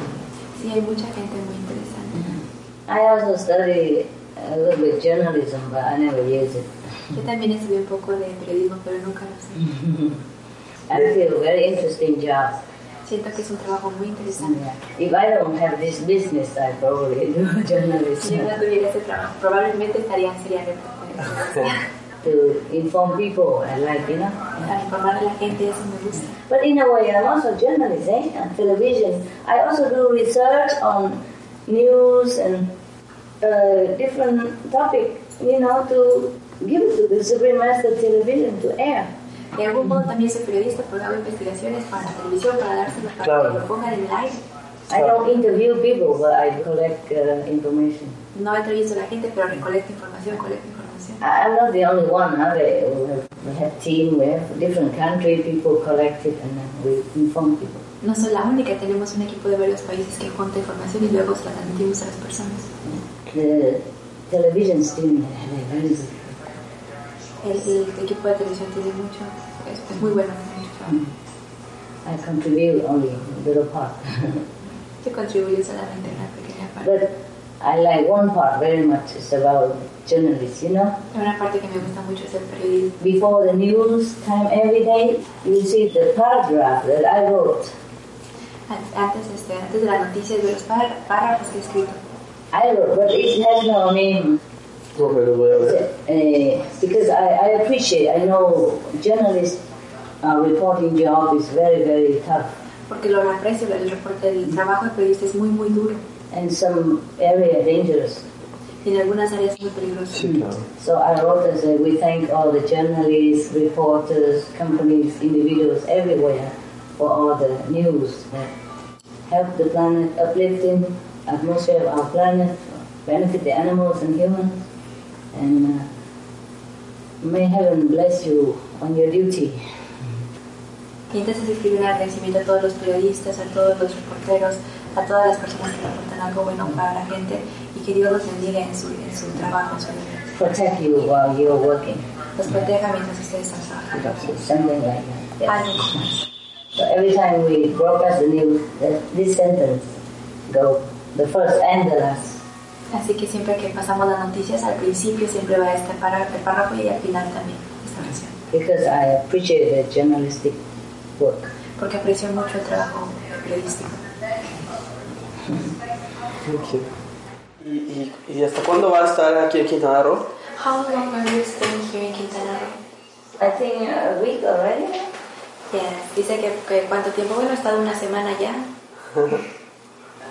S2: Sí, hay mucha gente muy interesante.
S3: I also study a little bit journalism, but I never use it.
S2: Yo también estudié un poco de periodismo, pero nunca lo sé.
S3: I feel very interesting job.
S2: Siento que es un trabajo muy interesante.
S3: Yeah. If I don't have this business, I probably do
S2: Si yo
S3: journalism
S2: no tuviera ese trabajo, probablemente estaría sería reportera.
S3: to inform people. I like, you know.
S2: Para informar a la gente, eso me gusta.
S3: But in a way, I'm also journalist eh? and television. I also do research on news and uh, different topic, you know, to give to the Supreme Master Television to air.
S2: De algún modo también soy periodista porque hago investigaciones para la televisión, para dárselas para
S1: Claro.
S2: que lo pongan en el aire.
S3: I don't interview people, but I collect uh, information.
S2: No entrevisto a la gente, pero recolecto información, colecto información.
S3: I- I'm not the only one. Huh? They, we, have, we have team, we have different country people collect it and then we inform people.
S2: No soy la única, tenemos un equipo de varios países que junta información y luego se la transmitimos a las personas.
S3: The television team, they're very good.
S2: El, el equipo de televisión tiene mucho, es, es muy bueno. mucho trabajo.
S3: I contribute only a little part.
S2: Te contribuye solamente a una pequeña parte.
S3: But I like one part very much. It's about journalists, you know.
S2: Hay Una parte que me gusta mucho es el periodismo.
S3: Before the news time every day, you see the paragraph that I wrote.
S2: An- Antes, este, antes de las noticias, de los párra- párrafos que he escrito.
S3: I wrote, but it has no name.
S1: No, pero voy a ver.
S3: Uh, because I, I appreciate, I know journalist uh, reporting job is very, very tough.
S2: Porque lo aprecio, el, reporte- el trabajo de periodista es muy, muy duro.
S3: And some area dangerous.
S2: Y en algunas áreas muy peligroso.
S1: Sí, claro.
S3: So I wrote and said, we thank all the journalists, reporters, companies, individuals everywhere for all the news that help the planet, uplifting atmosphere of our planet, benefit the animals and humans, and uh, may heaven bless you on your duty.
S2: Y entonces escribí un agradecimiento a todos los periodistas, a todos los reporteros, a todas las personas que reportan algo bueno para la gente y que Dios los bendiga en su, en su trabajo, en su vida.
S3: Protect you while you're working.
S2: Los proteja mientras ustedes están trabajando.
S3: Something like that.
S2: Algo como eso.
S3: So every time we broadcast the news, that this sentence go the first and the last.
S2: Así que siempre que pasamos las noticias, al principio siempre va este párra- el párrafo y al final también esta oración.
S3: because I appreciate the journalistic work.
S2: Porque aprecio mucho el trabajo periodístico.
S1: Ok. ¿Y, y, y hasta cuándo va a estar aquí en Quintana Roo?
S2: How long are you staying here in Quintana Roo?
S3: I think a week already.
S2: Yes. Dice que, que cuánto tiempo. Bueno, he estado una semana ya.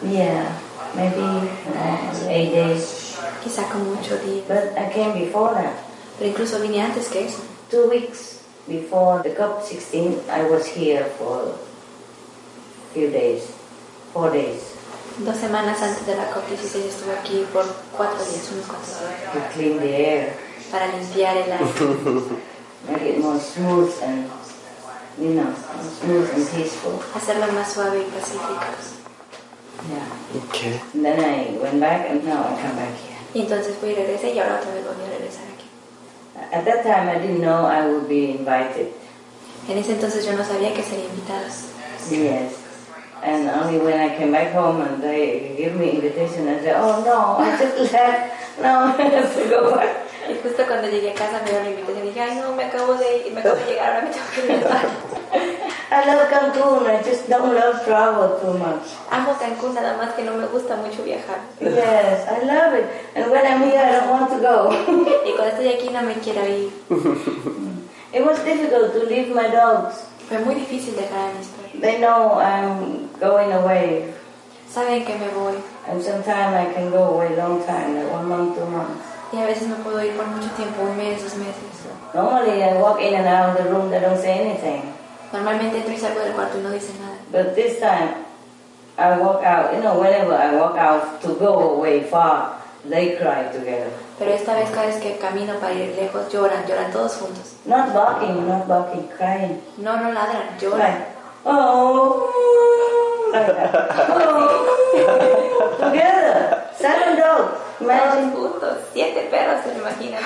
S3: Yeah, maybe uh, eight days.
S2: quizá con mucho días.
S3: But I came before that.
S2: Pero incluso vine antes que eso.
S3: Two weeks before the COP 16, I was here for a few days, four days,
S2: Dos semanas antes de la COP16 estuve aquí por cuatro días, unos cuantos
S3: to
S2: días,
S3: clean the air,
S2: para limpiar el aire,
S3: make it more smooth and, you know, smooth and peaceful.
S2: hacerlo más suave y pacífico.
S3: Yeah.
S1: Okay.
S3: And then I went back and now I come back here.
S2: Y entonces fui y regresé y ahora otra vez volví a regresar aquí.
S3: At that time, I didn't know I would be invited.
S2: En ese entonces yo no sabía que sería invitados.
S3: Yes. And only when I came back home and they give me invitation, I said, oh no, I just left. No, I have to go back.
S2: Y justo cuando llegué a casa me dio la invitación y dije, ay no, me acabo de ir, me acabo de llegar, ahora me tengo que regresar.
S3: I love Cancun. I just don't love travel too much.
S2: Amo Cancún, nada más que no me gusta mucho viajar.
S3: Yes, I love it. And when I'm here, I don't want to go.
S2: Y cuando estoy aquí no me quiero ir.
S3: it was difficult to leave my dogs.
S2: Fue muy difícil dejar a mis perros.
S3: They know I'm going away.
S2: Saben que me voy
S3: And sometimes I can go away long time, like one month, two months.
S2: y a veces no puedo ir por mucho tiempo, un mes, dos meses.
S3: Normally, I walk in and out of the room. They don't say anything.
S2: Normalmente entro y salgo del cuarto y no dice nada.
S3: But this time, I walk out. You know, whenever I walk out to go away far, they cry together.
S2: Pero esta vez cada vez que camino para ir lejos lloran, lloran todos juntos.
S3: Not barking, not barking, crying.
S2: No, no ladran,
S3: Like,
S2: lloran.
S3: oh, like that. Oh, together. Seven dogs.
S2: Todos
S3: Imagine.
S2: juntos, siete perros, se lo imaginan.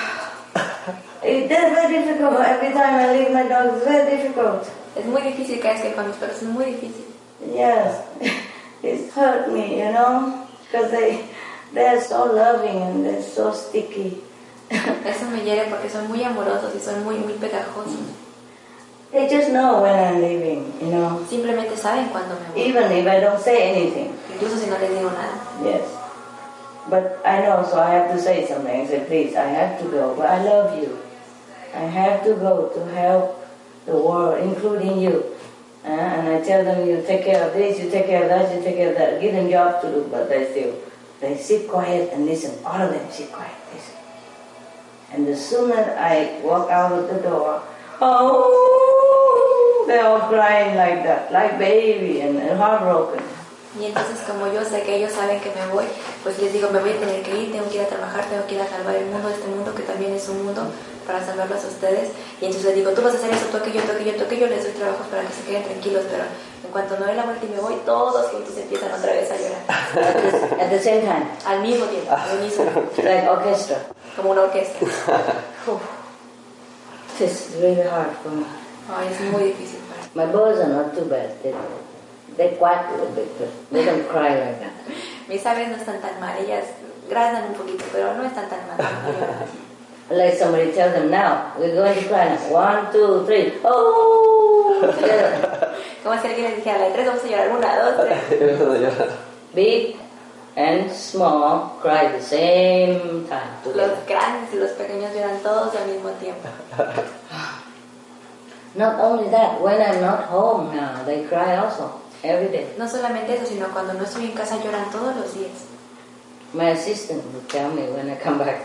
S3: It's very difficult. Every time I leave my dog, it's very difficult.
S2: Es muy difícil cada vez que con mis perros, es muy difícil.
S3: Yes, it hurt me, you know, because they they're so loving and they're so sticky.
S2: Eso me hiere porque son muy amorosos y son muy, muy pegajosos.
S3: They just know when I'm leaving, you know.
S2: Simplemente saben cuándo me voy,
S3: Even if I don't say anything,
S2: incluso si no les digo nada.
S3: yes. But I know, so I have to say something. I say, please, I have to go. But I love you. I have to go to help the world, including you. Uh, and I tell them, you take care of this, you take care of that, you take care of that. Give them job to do, but they still, they sit quiet and listen. All of them sit quiet, listen. And the sooner I walk out of the door, oh, they're all crying like that, like baby and, and heartbroken.
S2: Y entonces como yo sé que ellos saben que me voy, pues les digo, me voy a tener que ir, tengo que ir a trabajar, tengo que ir a salvar el mundo, este mundo que también es un mundo para salvarlos a ustedes. Y entonces les digo, tú vas a hacer eso, tú aquello, tú aquello, tú aquello, les doy trabajos para que se queden tranquilos, pero en cuanto me doy la vuelta y me voy, todos juntos empiezan otra vez a llorar.
S3: At the, at the same time,
S2: Al mismo tiempo, al mismo,
S3: like orchestra.
S2: como una orquesta.
S3: Whew. This is really hard for me.
S2: Ay, es muy difícil para mí.
S3: My boys are not too bad. They, they quiet a little bit, but they don't cry like that.
S2: Mis aves no están tan mal, ellas grasan un poquito, pero no están tan mal.
S3: Like somebody tell them now, we're going to cry now. One, two, three. Oh! Together.
S2: Como si alguien les dijera, la de tres vamos a llorar, una, dos, tres.
S3: Big and small cry the same time together.
S2: Los grandes y los pequeños lloran todos al mismo tiempo.
S3: Not only that, when I'm not home now, they cry also. Every day.
S2: No solamente eso, sino cuando no estoy en casa lloran todos los días.
S3: My assistant will tell me when I come back.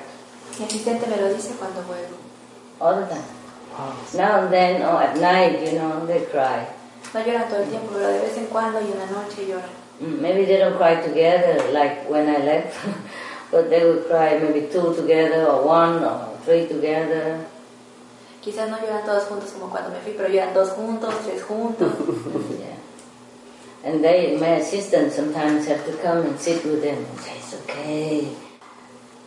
S2: Mi asistente me lo dice cuando vuelvo.
S3: All the time. Now and then, or at night, you know, they cry.
S2: No lloran todo el tiempo, pero de vez en cuando y una noche lloran.
S3: Mm, Maybe they don't cry together like when I left, but they would cry maybe two together or one or three together.
S2: Quizás no lloran todos juntos como cuando me fui, pero lloran dos juntos, tres juntos.
S3: yeah. And they, my assistant sometimes have to come and sit with them and say, it's okay.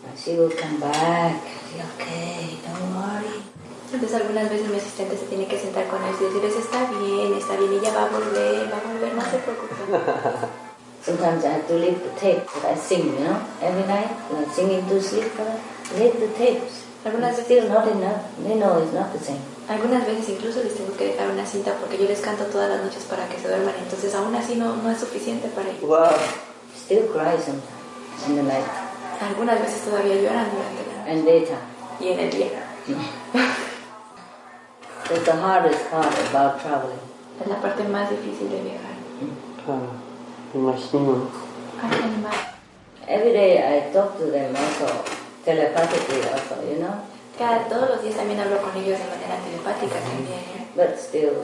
S3: And she will come back. It's okay, don't worry.
S2: Entonces algunas veces mi asistente se tiene que sentar con ellos y decirles está bien, está bien, ella va a volver, va a volver, no se preocupen.
S3: Sometimes I have to leave the tape that I sing, you know, every night when I'm singing to sleep, but I leave the tapes.
S2: Algunas
S3: It's
S2: veces
S3: still not enough. They know it's not the same.
S2: Algunas veces incluso les tengo que dejar una cinta porque yo les canto todas las noches para que se duerman, entonces aún así no, no es suficiente para ellos.
S1: Wow.
S3: Still cry sometimes in the night
S2: Algunas veces todavía lloran durante la
S3: and daytime.
S2: y en el día.
S3: That's the hardest part about traveling.
S2: Es la parte más difícil de viajar.
S1: Ah, me imagino.
S2: Ay, animal.
S3: Every day I talk to them also, telepathically also, you know.
S2: Cada, todos los días también hablo con ellos de manera telepática también. ¿eh?
S3: But still,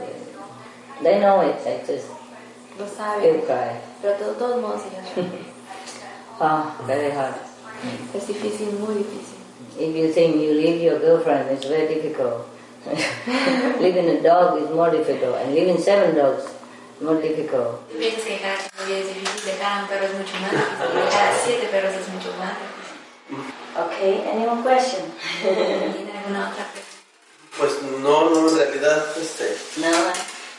S3: they know it, I just
S2: Lo
S3: still
S2: saben.
S3: cry.
S2: Pero de todos modos ellos saben.
S3: Ah, very hard.
S2: Es difícil, muy difícil.
S3: If you think you leave your girlfriend, it's very difficult. leaving a dog is more difficult, and leaving seven dogs more difficult.
S2: Piensas que dejar a tu novia es difícil, dejar a un perro es mucho más difícil, dejar a siete perros es mucho más
S3: Okay, any more question?
S2: difícil. ¿Tienen alguna otra pregunta?
S13: Pues no, no, en realidad este,
S3: no.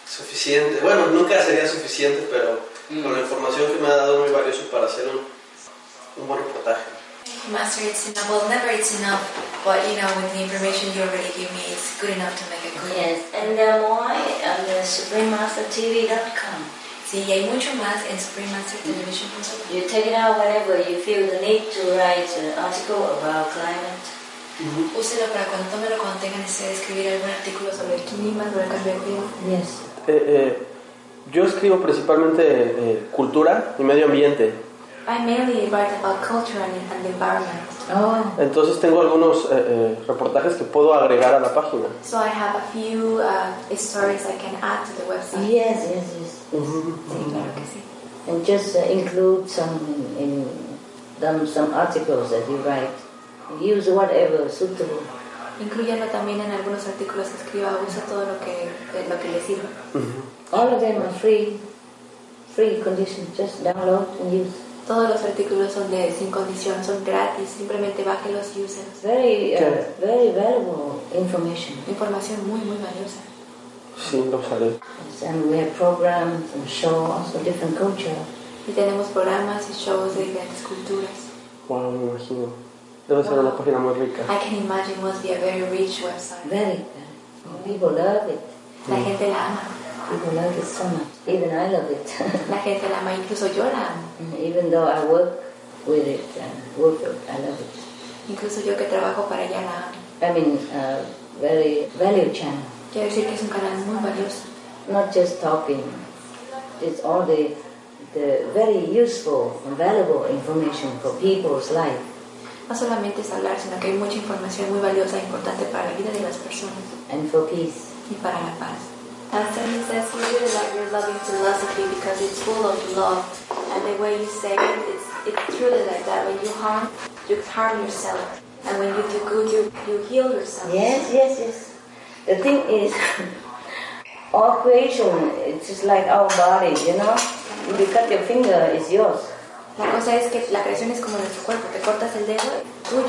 S13: suficiente. Bueno, nunca sería suficiente, pero con la información que me ha dado es muy valioso para hacer un, un buen reportaje.
S2: Master, it's enough. Well, never it's enough, but you know, with the information you already gave me, it's good enough to make a good.
S3: Yes, and there are more on the suprememastertv.com.
S2: Sí, y hay mucho más en suprememastertelevision.com.
S3: You take it out whenever you feel the need to write an article about climate.
S2: Úselo para cuando tómelo cuando tengan necesidad de escribir algún artículo sobre el clima, sobre el cambio de clima.
S3: Yes.
S1: Eh, eh, yo escribo principalmente eh, cultura y medio ambiente.
S2: I mainly write about culture and, and the environment.
S3: Oh.
S1: Entonces tengo algunos eh, eh, reportajes que puedo agregar a la página.
S2: So I have a few uh, stories I can add to the website.
S3: Yes, yes, yes.
S1: Mm-hmm.
S3: And just uh, include some in, in them, some articles that you write. Use whatever suitable.
S2: Incluyendo también en algunos artículos que escriba, usa todo lo que, eh, lo que le sirva.
S3: All of them are free, free condition. Just download and use.
S2: Todos los artículos son de sin condición, son gratis, simplemente bájelos y úselos.
S3: Very, uh, very valuable information.
S2: Información muy, muy valiosa.
S1: Sí, lo usaré.
S3: And we have programs and show also different culture.
S2: Y tenemos programas y shows de diferentes culturas.
S1: Wow, me imagino. Debe ser una página muy rica.
S3: Ah.
S2: I can imagine must be a very rich website.
S3: Very, very. People love it.
S2: La gente la ama.
S3: People love it so much. Even I love it. Mm-hmm.
S2: La gente la ama, incluso yo la amo.
S3: Even though I work with it, uh, work with it, I love it.
S2: Incluso yo que trabajo para ella la amo.
S3: I mean, uh, very value channel.
S2: Quiero decir que es un canal muy valioso.
S3: Not just talking. It's all the, the very useful and valuable information for people's life.
S2: No solamente es hablar, sino que hay mucha información muy valiosa e importante para la vida de las personas
S3: and for peace.
S2: y para la paz. Pastor, he says we really like your loving philosophy because it's full of love, and the way you say it, it's, it's truly like that. When you harm, you harm yourself, and when you do good, you, you heal yourself.
S3: Yes, yes, yes. The thing is, all creation, it's just like our body, you know? If you cut your finger, it's yours.
S2: La cosa es que la creación es como nuestro cuerpo. Te cortas el dedo, es tuyo.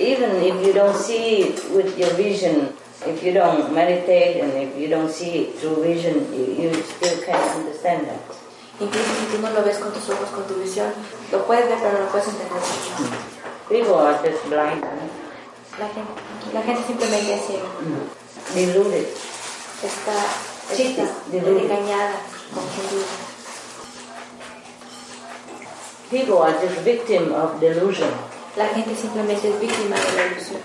S3: Even if you don't see it with your vision, if you don't meditate and if you don't see it through vision, you, you still can't understand that.
S2: Incluso si tú no lo ves con tus ojos, con tu visión, lo puedes ver, pero no lo puedes entender. mucho.
S3: People are just blind,
S2: La gente, la gente simplemente es ciega.
S3: deluded.
S2: está,
S3: Sí,
S2: está
S3: de luz.
S2: engañada, confundida.
S3: People are just victim of delusion.
S2: La gente simplemente es víctima de la ilusión.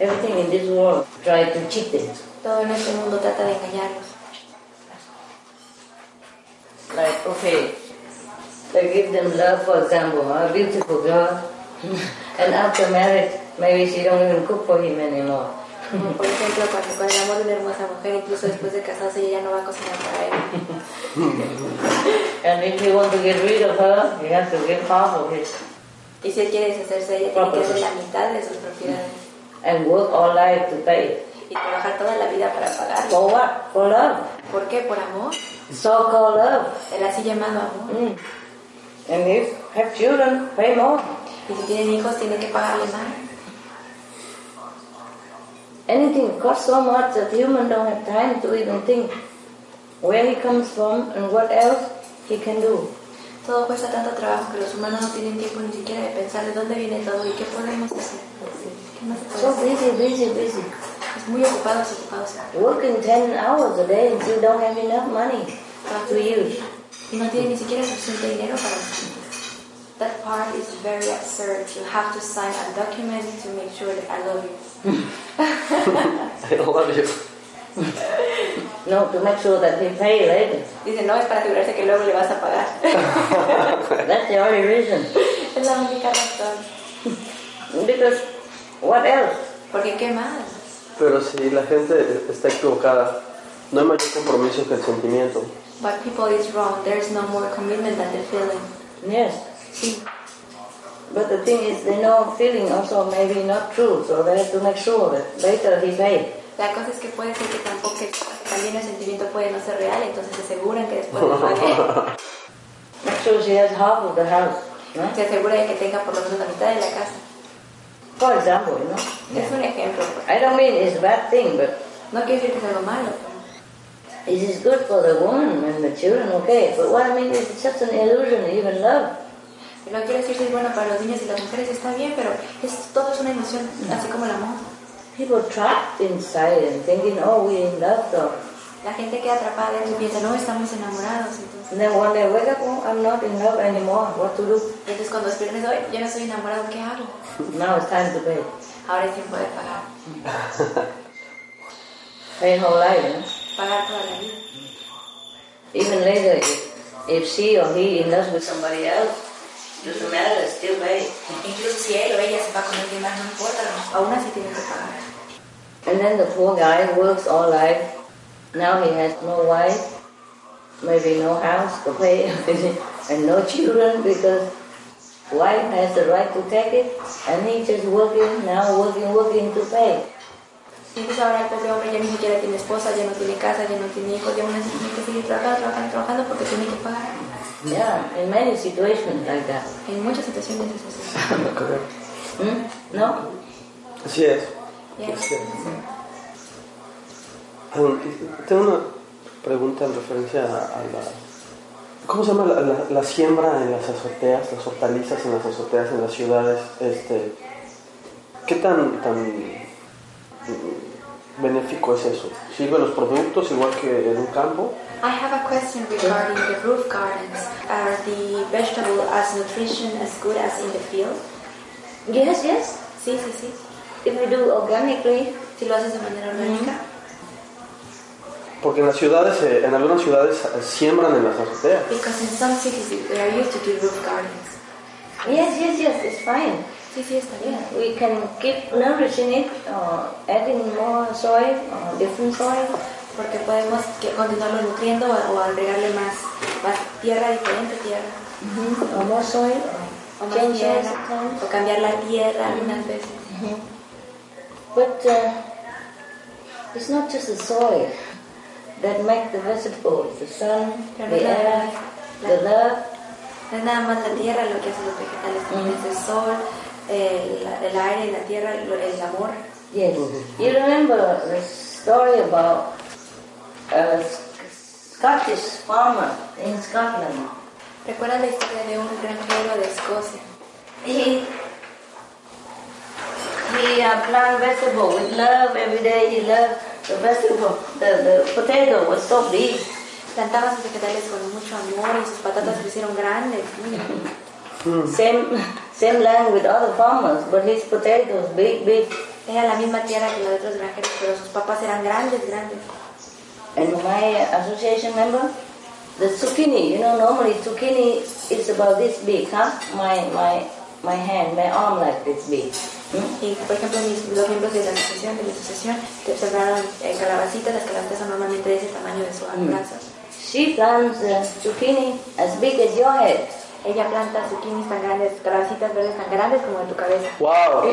S3: Everything in this world try to cheat them.
S2: Todo en este mundo trata de engañarnos.
S3: Like, okay, they give them love, for example, a beautiful girl, and after marriage, maybe she don't even cook for him anymore.
S2: Como por ejemplo, cuando con el amor de una hermosa mujer, incluso después de casarse, ella ya no va a cocinar para él.
S3: And if you want to get rid of her, you have to give half of it
S2: Y si él quiere deshacerse de ella, tiene que darle la mitad de sus propiedades
S3: and work all life to pay it.
S2: y trabajar toda la vida para pagarlo.
S3: For what? For love.
S2: ¿Por qué? Por amor.
S3: So-called love.
S2: El así llamado amor.
S3: Mm. And if have children, pay more.
S2: Y si tienen hijos, tienen que pagarle más.
S3: Anything costs so much that human don't have time to even think where he comes from and what else he can do.
S2: Todo cuesta tanto trabajo que los humanos no tienen tiempo ni siquiera de pensar de dónde viene todo y qué podemos hacer. ¿Qué más se puede
S3: So
S2: hacer?
S3: busy, busy, busy.
S2: Es muy ocupados, ocupados.
S3: Working 10 hours a day and still don't have enough money to use.
S2: Y no tiene ni siquiera suficiente dinero para los That part is very absurd. You have to sign a document to make sure that I love you.
S1: I love you.
S3: No, to make sure that we pay later.
S2: Dice, no, es para asegurarse que luego le vas a pagar.
S3: That's the only reason.
S2: es la única razón.
S3: Because what else?
S2: Porque qué más.
S1: Pero si la gente está equivocada, no hay mayor compromiso que el sentimiento.
S2: But people is wrong. There is no more commitment than the feeling.
S3: Yes. But the thing is, they know feeling also maybe not true, so they have to make sure that later he paid.
S2: La cosa es que puede ser que tampoco, que también el sentimiento puede no ser real, entonces se aseguran que después lo pague.
S3: Make sure she has half of the house. No?
S2: Se asegura de que tenga por lo menos la mitad de la casa.
S3: For example, you know.
S2: Es un ejemplo. pues.
S3: I don't mean it's a bad thing, but
S2: No quiere decir que sea algo malo.
S3: it is good for the woman and the children, okay. But what I mean is, it's just an illusion, even love.
S2: No quiere decir que es bueno para los niños y las mujeres, está bien, pero es, todo es una ilusión, así como el amor.
S3: People trapped inside and thinking, oh, we're in love, though.
S2: La gente queda atrapada dentro y piensa, no, estamos enamorados. Entonces,
S3: And then one day, wake up, oh, I'm not in love anymore. What to do?
S2: entonces cuando despiertes hoy, yo no soy enamorado, ¿qué hago?
S3: Now it's time to pay.
S2: Ahora es tiempo de pagar.
S3: Pay whole life, you know?
S2: Pagar toda la vida.
S3: Even later, if, if she or he in love with somebody else, doesn't matter, still pay.
S2: Incluso si él o ella se va con alguien más, no importa, no- aún así tiene que pagar.
S3: And then the poor guy works all life. Now he has no wife, maybe no house to pay, and no children because wife has the right to take it, and he just working now, working, working to pay.
S2: Y entonces ahora el pobre hombre ya ni siquiera tiene esposa, ya no tiene casa, ya no tiene hijos, ya aún así tiene que seguir trabajando, trabajando, trabajando porque tiene que pagar.
S3: Yeah, in many situations like that.
S2: En muchas situaciones es así.
S3: Hmm? No,
S1: Así es.
S2: Ya.
S1: Um, Tengo una pregunta en referencia a a la... ¿Cómo se llama la, la- la siembra en las azoteas, las hortalizas en las azoteas en las ciudades? Este, ¿Qué tan, tan mm, benéfico es eso? ¿Sirve los productos igual que en un campo?
S2: I have a question regarding the roof gardens. Are the vegetable as nutrition as good as in the field?
S3: Yes, yes.
S2: Sí, sí, sí.
S3: if we do organically,
S2: Si lo haces de manera orgánica.
S1: Porque en las ciudades, eh, en algunas ciudades eh, siembran en las azoteas.
S2: Because in some cities they are used to do roof gardens.
S3: yes, yes, yes, it's fine.
S2: Sí, sí, está bien.
S3: Yeah, we can keep nourishing it, or adding more soil, or different soil.
S2: Porque podemos que- continuarlo nutriendo o, o agregarle más, más tierra diferente, tierra.
S3: Mhm. Or more soil,
S2: O
S3: or
S2: más
S3: change soil
S2: tierra.
S3: sometimes.
S2: O cambiar la tierra algunas veces.
S3: But uh, it's not just the soil that make the vegetables, the sun,
S2: Pero
S3: the
S2: la-
S3: air, the love.
S2: No es nada más la tierra lo que hacen los vegetales, también es el sol, el, el aire, la tierra, el, el amor.
S3: Yes. You remember the story about a Scottish farmer in Scotland?
S2: Recuerda la historia de un granjero de Escocia.
S3: He he uh, plant vegetable with love every day. He loved the vegetable. The, the potato was so big.
S2: Plantaba sus vegetales con mucho amor y sus patatas se hicieron grandes.
S3: Same same land with Hmm. other farmers, but his potatoes big, big.
S2: Era la misma tierra que los de otros granjeros, pero sus papas eran grandes, grandes.
S3: And my association member, the zucchini. You know, normally zucchini is about this big, huh? My my my hand, my arm like this big. ¿Mm?
S2: Y por ejemplo, mis, los miembros de la asociación, de mi asociación, te- sembraron eh, calabacitas, las calabacitas son normalmente de ese tamaño de su
S3: Mm.
S2: alcance.
S3: She plants uh, zucchini as big as your head.
S2: Ella planta zucchinis tan grandes, calabacitas verdes tan grandes como de tu cabeza.
S1: ¡Wow!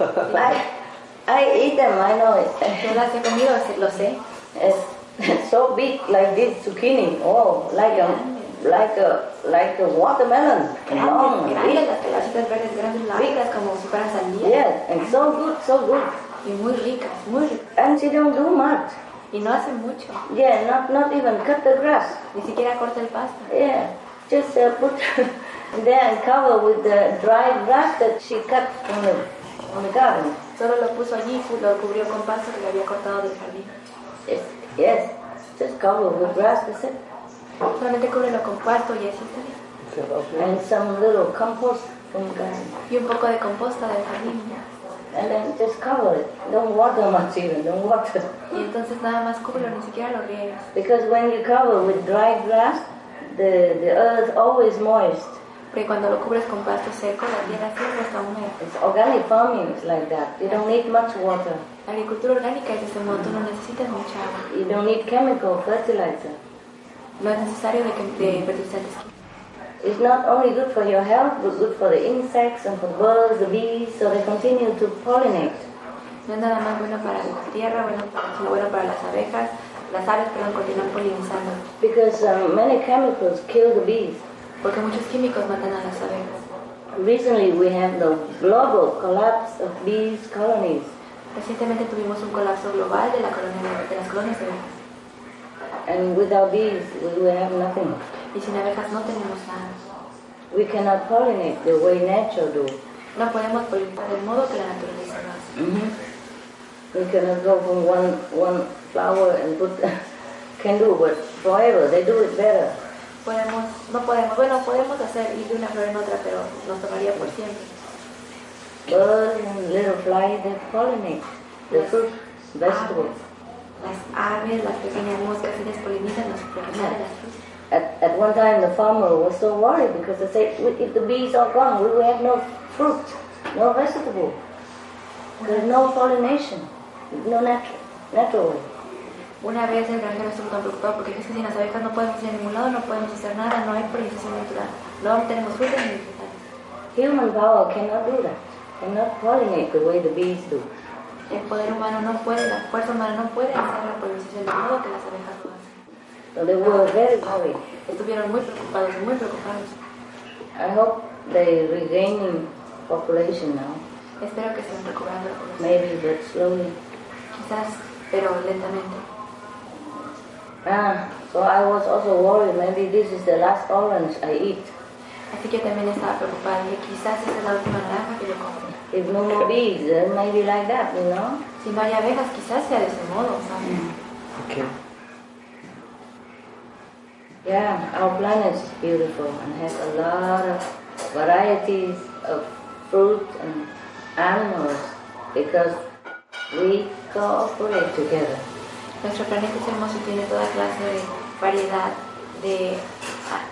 S3: I, I eat them, I know it.
S2: Yo las he comido, lo sé.
S3: It's so big, like this zucchini. Oh, like a, like a, like a watermelon. Long,
S2: Grandes, grandes, las
S3: big.
S2: calabacitas verdes grandes, largas como si fueran sandías.
S3: Yes, and so good, so good.
S2: Y muy ricas, muy ricas.
S3: And she don't do much.
S2: Y no hace mucho,
S3: Yeah, not not even cut the grass.
S2: ni siquiera corta el pasto.
S3: Yeah, just uh, put there and cover with the dry grass that she cut from the from the garden.
S2: Solo lo puso allí y lo cubrió con pasto que le había cortado del jardín.
S3: Yes, yes, just cover with grass. That's it.
S2: Solamente cúbrelo con pasto y así está bien.
S3: And some little compost from garden.
S2: Y un poco de composta del jardín.
S3: and then just cover it. Don't water much even, don't water.
S2: Y entonces nada más cúbrelo, ni siquiera lo riegas.
S3: Because when you cover with dry grass, the, the earth always moist.
S2: Porque cuando lo cubres con pasto seco, la tierra siempre está húmeda.
S3: It's organic farming is like that. You don't need much water.
S2: La agricultura orgánica es de ese modo, tú no necesitas mucha agua.
S3: You don't need chemical fertilizer.
S2: No es necesario de, que- de fertilizantes químicos.
S3: It's not only good for your health, but good for the insects and for the birds, the bees, so they continue to pollinate.
S2: No es nada más bueno para la tierra, bueno, sino bueno para las abejas, las aves, perdón, continúan polinizando.
S3: Because um, many chemicals kill the bees.
S2: Porque muchos químicos matan a las abejas.
S3: Recently, we have the global collapse of bees colonies.
S2: Recientemente tuvimos un colapso global de, la colonia de, de las colonias de abejas.
S3: And without bees, we will have nothing.
S2: Y sin abejas no tenemos nada.
S3: We cannot pollinate the way nature do.
S2: No podemos polinizar del modo que la naturaleza lo hace.
S3: We cannot go from one, one flower and put, can do, but forever, they do it better.
S2: Podemos, no podemos, bueno, podemos hacer ir de una flor en otra, pero nos tomaría por siempre.
S3: Birds and little flies, they pollinate the fruit, vegetables.
S2: Las aves, las pequeñas moscas, ellas polinizan las flores, ¿sabe? las frutas.
S3: At, at one time, the farmer was so worried because they said, "We- if the bees are gone, we will have no fruit, no vegetable. There's no pollination, no natural, natural way.
S2: Una vez el granjero estuvo tan preocupado porque es que sin las abejas no podemos ir a ningún lado, no podemos hacer nada, no hay polinización natural, no tenemos frutas ni vegetales.
S3: Human power cannot do that, cannot pollinate the way the bees do.
S2: El poder humano no puede, la fuerza humana no puede hacer la polinización del modo que las abejas lo hacen.
S3: So they were very worried.
S2: Estuvieron muy preocupados, muy preocupados.
S3: I hope they regaining population now,
S2: Espero que estén recobrando la población.
S3: maybe but slowly.
S2: Quizás, pero lentamente.
S3: Ah, so I was also worried maybe this is the last orange I eat.
S2: Así que también estaba preocupada. Dije, quizás esa es la última naranja que yo compre.
S3: If no more bees, then maybe like that, you know?
S2: Si no hay abejas, quizás sea de ese modo, ¿sabes?
S3: Yeah, our planet is beautiful and has a lot of varieties of fruit and animals because we cooperate together.
S2: Nuestro planeta es hermoso y tiene toda clase de variedad de, ah,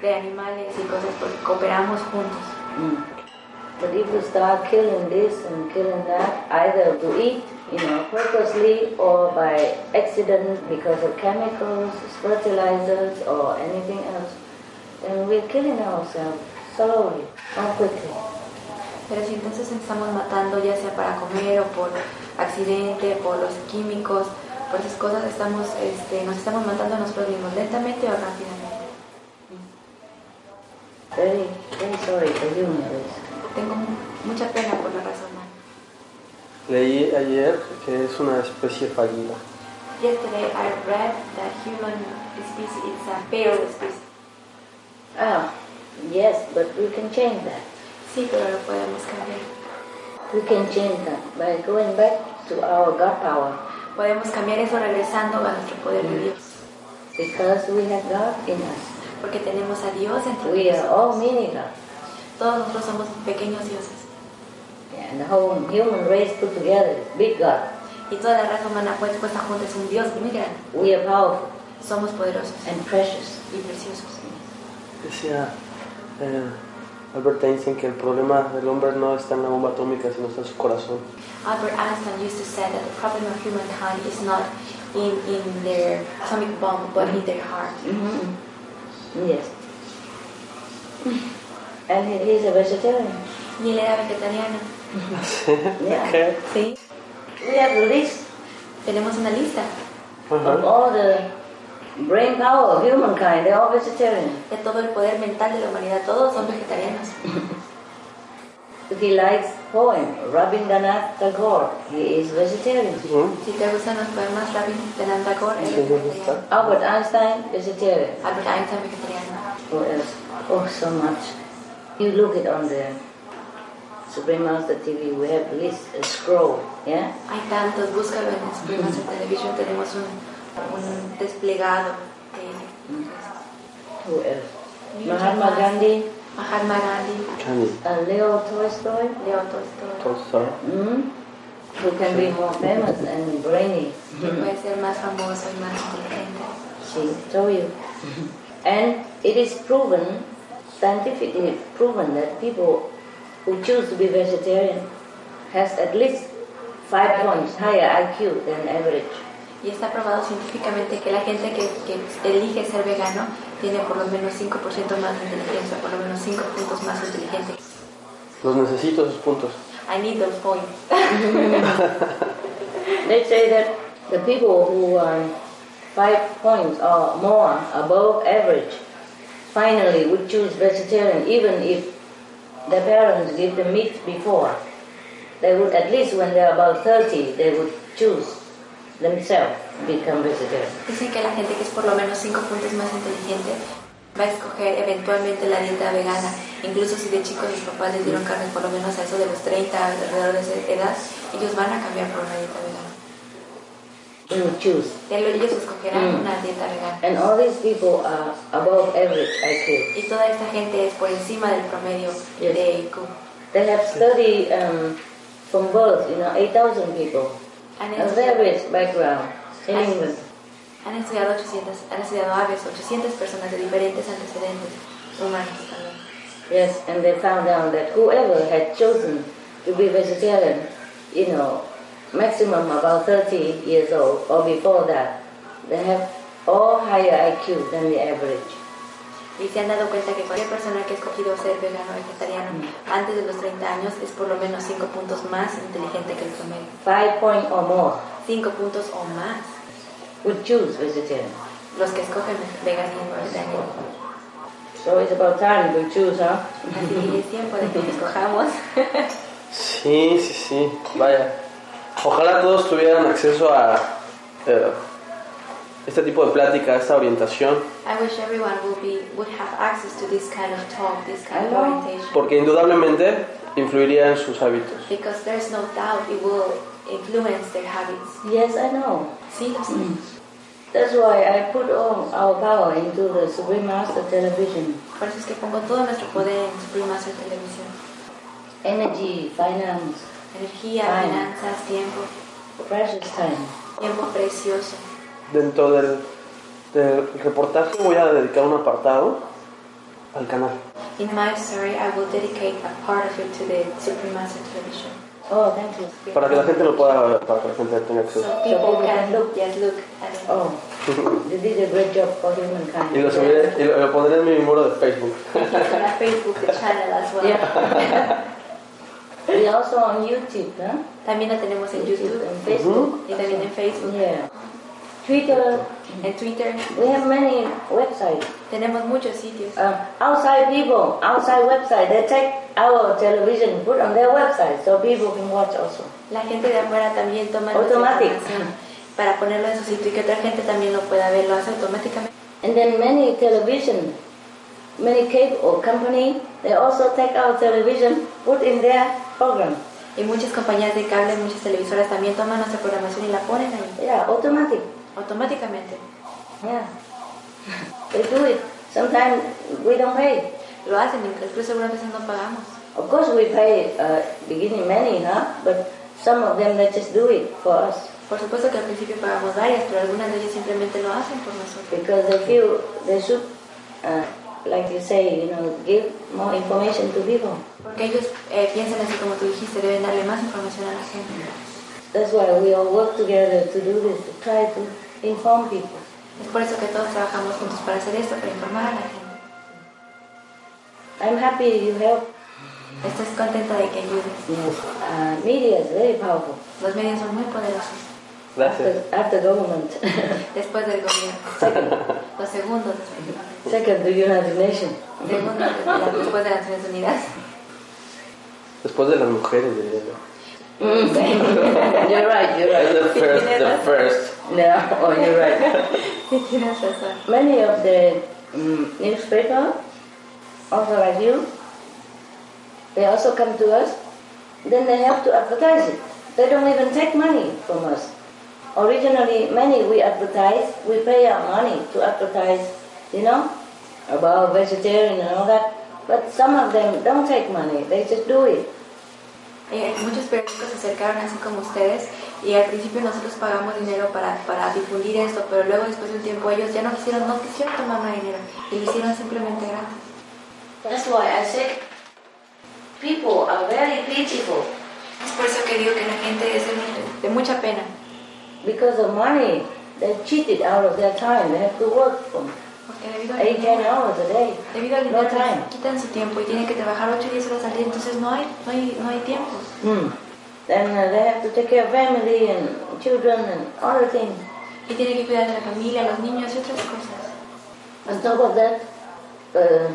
S2: de animales y cosas porque cooperamos juntos.
S3: Mm. But if we start killing this and killing that, either to eat, you know, purposely or by accident because of chemicals, fertilizers, or anything else, then we're killing ourselves slowly or quickly.
S2: Pero si entonces estamos matando ya sea para comer o por accidente, por los químicos, por esas cosas, estamos, este, nos estamos matando a nosotros mismos lentamente o rápidamente.
S3: Very, very sorry for human race.
S2: Tengo mu- mucha pena por la raza humana.
S1: Leí ayer que es una especie fallida.
S2: Yesterday I read that human species is a failed species.
S3: Ah, yes, but we can change that.
S2: Sí, pero lo podemos cambiar.
S3: We can change that by going back to our God power
S2: Podemos cambiar eso regresando a nuestro poder de Dios.
S3: because we have God in us.
S2: Porque tenemos a Dios entre
S3: We are
S2: nosotros.
S3: all mini gods.
S2: Todos nosotros somos pequeños dioses.
S3: And the whole human race put together is big God.
S2: Y toda la raza humana pues, fue expuesta junta es un Dios muy grande.
S3: We are powerful
S2: Oh, Somos poderosos
S3: and precious.
S2: y preciosos.
S1: Decía eh, Albert Einstein que el problema del hombre no está en la bomba atómica, sino está en su corazón.
S2: Albert Einstein used to say that the problem of humankind is not in, in their atomic bomb, but in their heart.
S3: Mhm. Yes. And he- he's a vegetarian.
S2: Y él era vegetariano.
S3: Yeah.
S2: Sí.
S3: We have a list
S2: Tenemos una lista
S3: of all the brain power of humankind. They're all vegetarian.
S2: de todo el poder mental de la humanidad. Todos son vegetarianos.
S3: If he likes poem, Rabindranath Tagore, he is vegetarian.
S2: Si te gustan los poemas, Rabin Benan Tagore, él es vegetariano.
S3: Albert Einstein, vegetarian.
S2: Albert Einstein, vegetariano.
S3: Who else? Oh, so much. You look it on the Supreme Master TV. We have list a scroll, yeah.
S2: Hay tantos, búscalo en las primas de televisión, tenemos un, un desplegado de
S3: Who else? Mahatma Gandhi,
S2: Mahatma Gandhi,
S1: Gandhi.
S3: uh, Leo Tolstoy,
S2: Leo Tolstoy.
S1: Tolstoy.
S3: mm, who can be more famous and brainy.
S2: Puede ser más famoso y más inteligente.
S3: She told you. and it is proven, scientifically proven, that people who choose to be vegetarian has at least five points higher IQ than average.
S2: Y está probado científicamente que la gente que, que elige ser vegano tiene por lo menos 5% más de inteligencia, por lo menos 5 puntos más inteligente.
S1: Los necesito esos puntos.
S2: I need those points.
S3: They say that the people who are five points or more above average finally would choose vegetarian even if their parents give them meat before. They would at least when they're about 30 they would choose themselves to become vegetarian.
S2: Dicen que la gente que es por lo menos 5 puntos más inteligente va a escoger eventualmente la dieta vegana. Incluso si de chicos sus papás les dieron carne por lo menos a eso de los 30, alrededor de esa edad, ellos van a cambiar por una dieta vegana.
S3: They would choose.
S2: Ellos ellos escogerán
S3: Mm.
S2: una dieta vegana.
S3: And all these people are above average IQ.
S2: Y toda esta gente es por encima del promedio
S3: Yes.
S2: de IQ.
S3: They have studied um, from birth, you know, 8,000 people.
S2: Han
S3: A various background in England.
S2: Han estudiado 800, han estudiado aves, 800 personas de diferentes antecedentes humanos también.
S3: Yes, and they found out that whoever had chosen to be vegetarian, you know, maximum about 30 years old or before that, they have all higher IQ than the average.
S2: Y se han dado cuenta que cualquier persona que ha escogido ser vegano o vegetariano antes de los 30 años es por lo menos 5 puntos más inteligente que el promedio.
S3: Five point or more
S2: 5 puntos o más
S3: would choose vegetarian.
S2: los que escogen veganismo o vegetarianismo.
S3: So it's about time we choose, huh?
S2: Así es tiempo de que escojamos.
S1: Sí, sí, sí. Vaya. Ojalá todos tuvieran acceso a eh, este tipo de plática, a esta orientación,
S2: I wish everyone would, be, would have access to this kind of talk, this kind of
S3: Hello.
S2: orientation.
S1: porque indudablemente influiría en sus hábitos.
S2: Because there's no doubt it will influence their habits.
S3: Yes, I know.
S2: Sí, lo sé.
S3: Mm. That's why I put all our power into the Supreme Master Television.
S2: Por eso es que pongo todo nuestro poder en Supreme Master Televisión.
S3: Energy, finance,
S2: Energía,
S3: Time.
S2: finanzas, tiempo,
S3: precious time.
S2: tiempo precioso.
S1: Dentro del, del reportaje voy a dedicar un apartado al canal.
S2: In my story, I will dedicate a part of it to the Supreme Master Television.
S3: Oh, thank you.
S1: Para que la gente lo pueda ver, para que la gente tenga acceso.
S2: People can look, yes, look at it.
S3: Oh, they did a great job for humankind.
S1: Y lo, subiré- y lo- lo pondré en mi muro de Facebook.
S2: It's on our Facebook channel as well.
S3: Yeah. we also on YouTube, huh?
S2: También la tenemos en YouTube,
S3: and Facebook.
S2: y también en Facebook,
S3: Yeah. Twitter.
S2: en Twitter.
S3: We have many websites.
S2: Tenemos muchos sitios.
S3: Uh, outside people, outside website, they take our television, put on their website, so people can watch also.
S2: La gente de afuera también toma nuestra
S3: Automatic.
S2: información para ponerlo en su sitio y que otra gente también lo pueda ver. Lo hace automáticamente.
S3: And then many television, many cable company, they also take our television, put in their program.
S2: Y muchas compañías de cable, muchas televisoras también toman nuestra programación y la ponen ahí
S3: Yeah, automatic.
S2: automáticamente.
S3: Yeah. they do it. Sometimes we don't pay.
S2: Lo hacen, incluso algunas veces no pagamos.
S3: Of course we pay uh, beginning many, huh? But some of them they just do it for us
S2: Por supuesto que al principio pagamos varias, pero algunas de ellas simplemente lo hacen por nosotros.
S3: because they feel they should, uh, like you say, you know, give more information to people.
S2: Porque ellos eh, piensan así como tú dijiste, deben darle más información a la gente.
S3: That's why we all work together to do this, to try to inform people.
S2: Es por eso que todos trabajamos juntos para hacer esto, para informar a la gente.
S3: I'm happy you help.
S2: Estás contenta de que ayudes.
S3: Yes, uh, media is very powerful.
S2: Los medios son muy poderosos.
S1: Gracias.
S3: After, after government,
S2: Después del gobierno. Los segundos después
S3: second the United Nations.
S2: del gobierno. Segundo, después de las Naciones Unidas.
S1: Después de las mujeres, diría yo.
S3: Mm. you're right. You're right.
S1: The first, the first.
S3: Yeah, oh, you're right.
S2: Sí, tienes razón.
S3: Many of the mm newspaper, also like you, they also come to us. Then they have to advertise it. They don't even take money from us. Originally, many we advertise, we pay our money to advertise, you know, about vegetarian and all that. But some of them don't take money, they just do it.
S2: Eh, muchos periódicos se acercaron así como ustedes y al principio nosotros pagamos dinero para, para difundir esto, pero luego después de un tiempo ellos ya no quisieron, no quisieron tomar más dinero y lo hicieron simplemente gratis.
S14: That's why I said people are very pitiful.
S2: Es por eso que digo que la gente es de, mu- de mucha pena,
S3: Because of money, they cheated out of their time. They have to work from
S2: porque debido al
S3: eight, ten
S2: dinero,
S3: hours a day.
S2: debido al
S3: No
S2: dinero
S3: time.
S2: quitan su tiempo y tienen que trabajar 8 o 10 horas al día, entonces no hay, no hay, no hay tiempo.
S3: Mm. Then uh, they have to take care of family and children and other things.
S2: Y tienen que cuidar de la familia, los niños y otras cosas.
S3: On top of that, uh,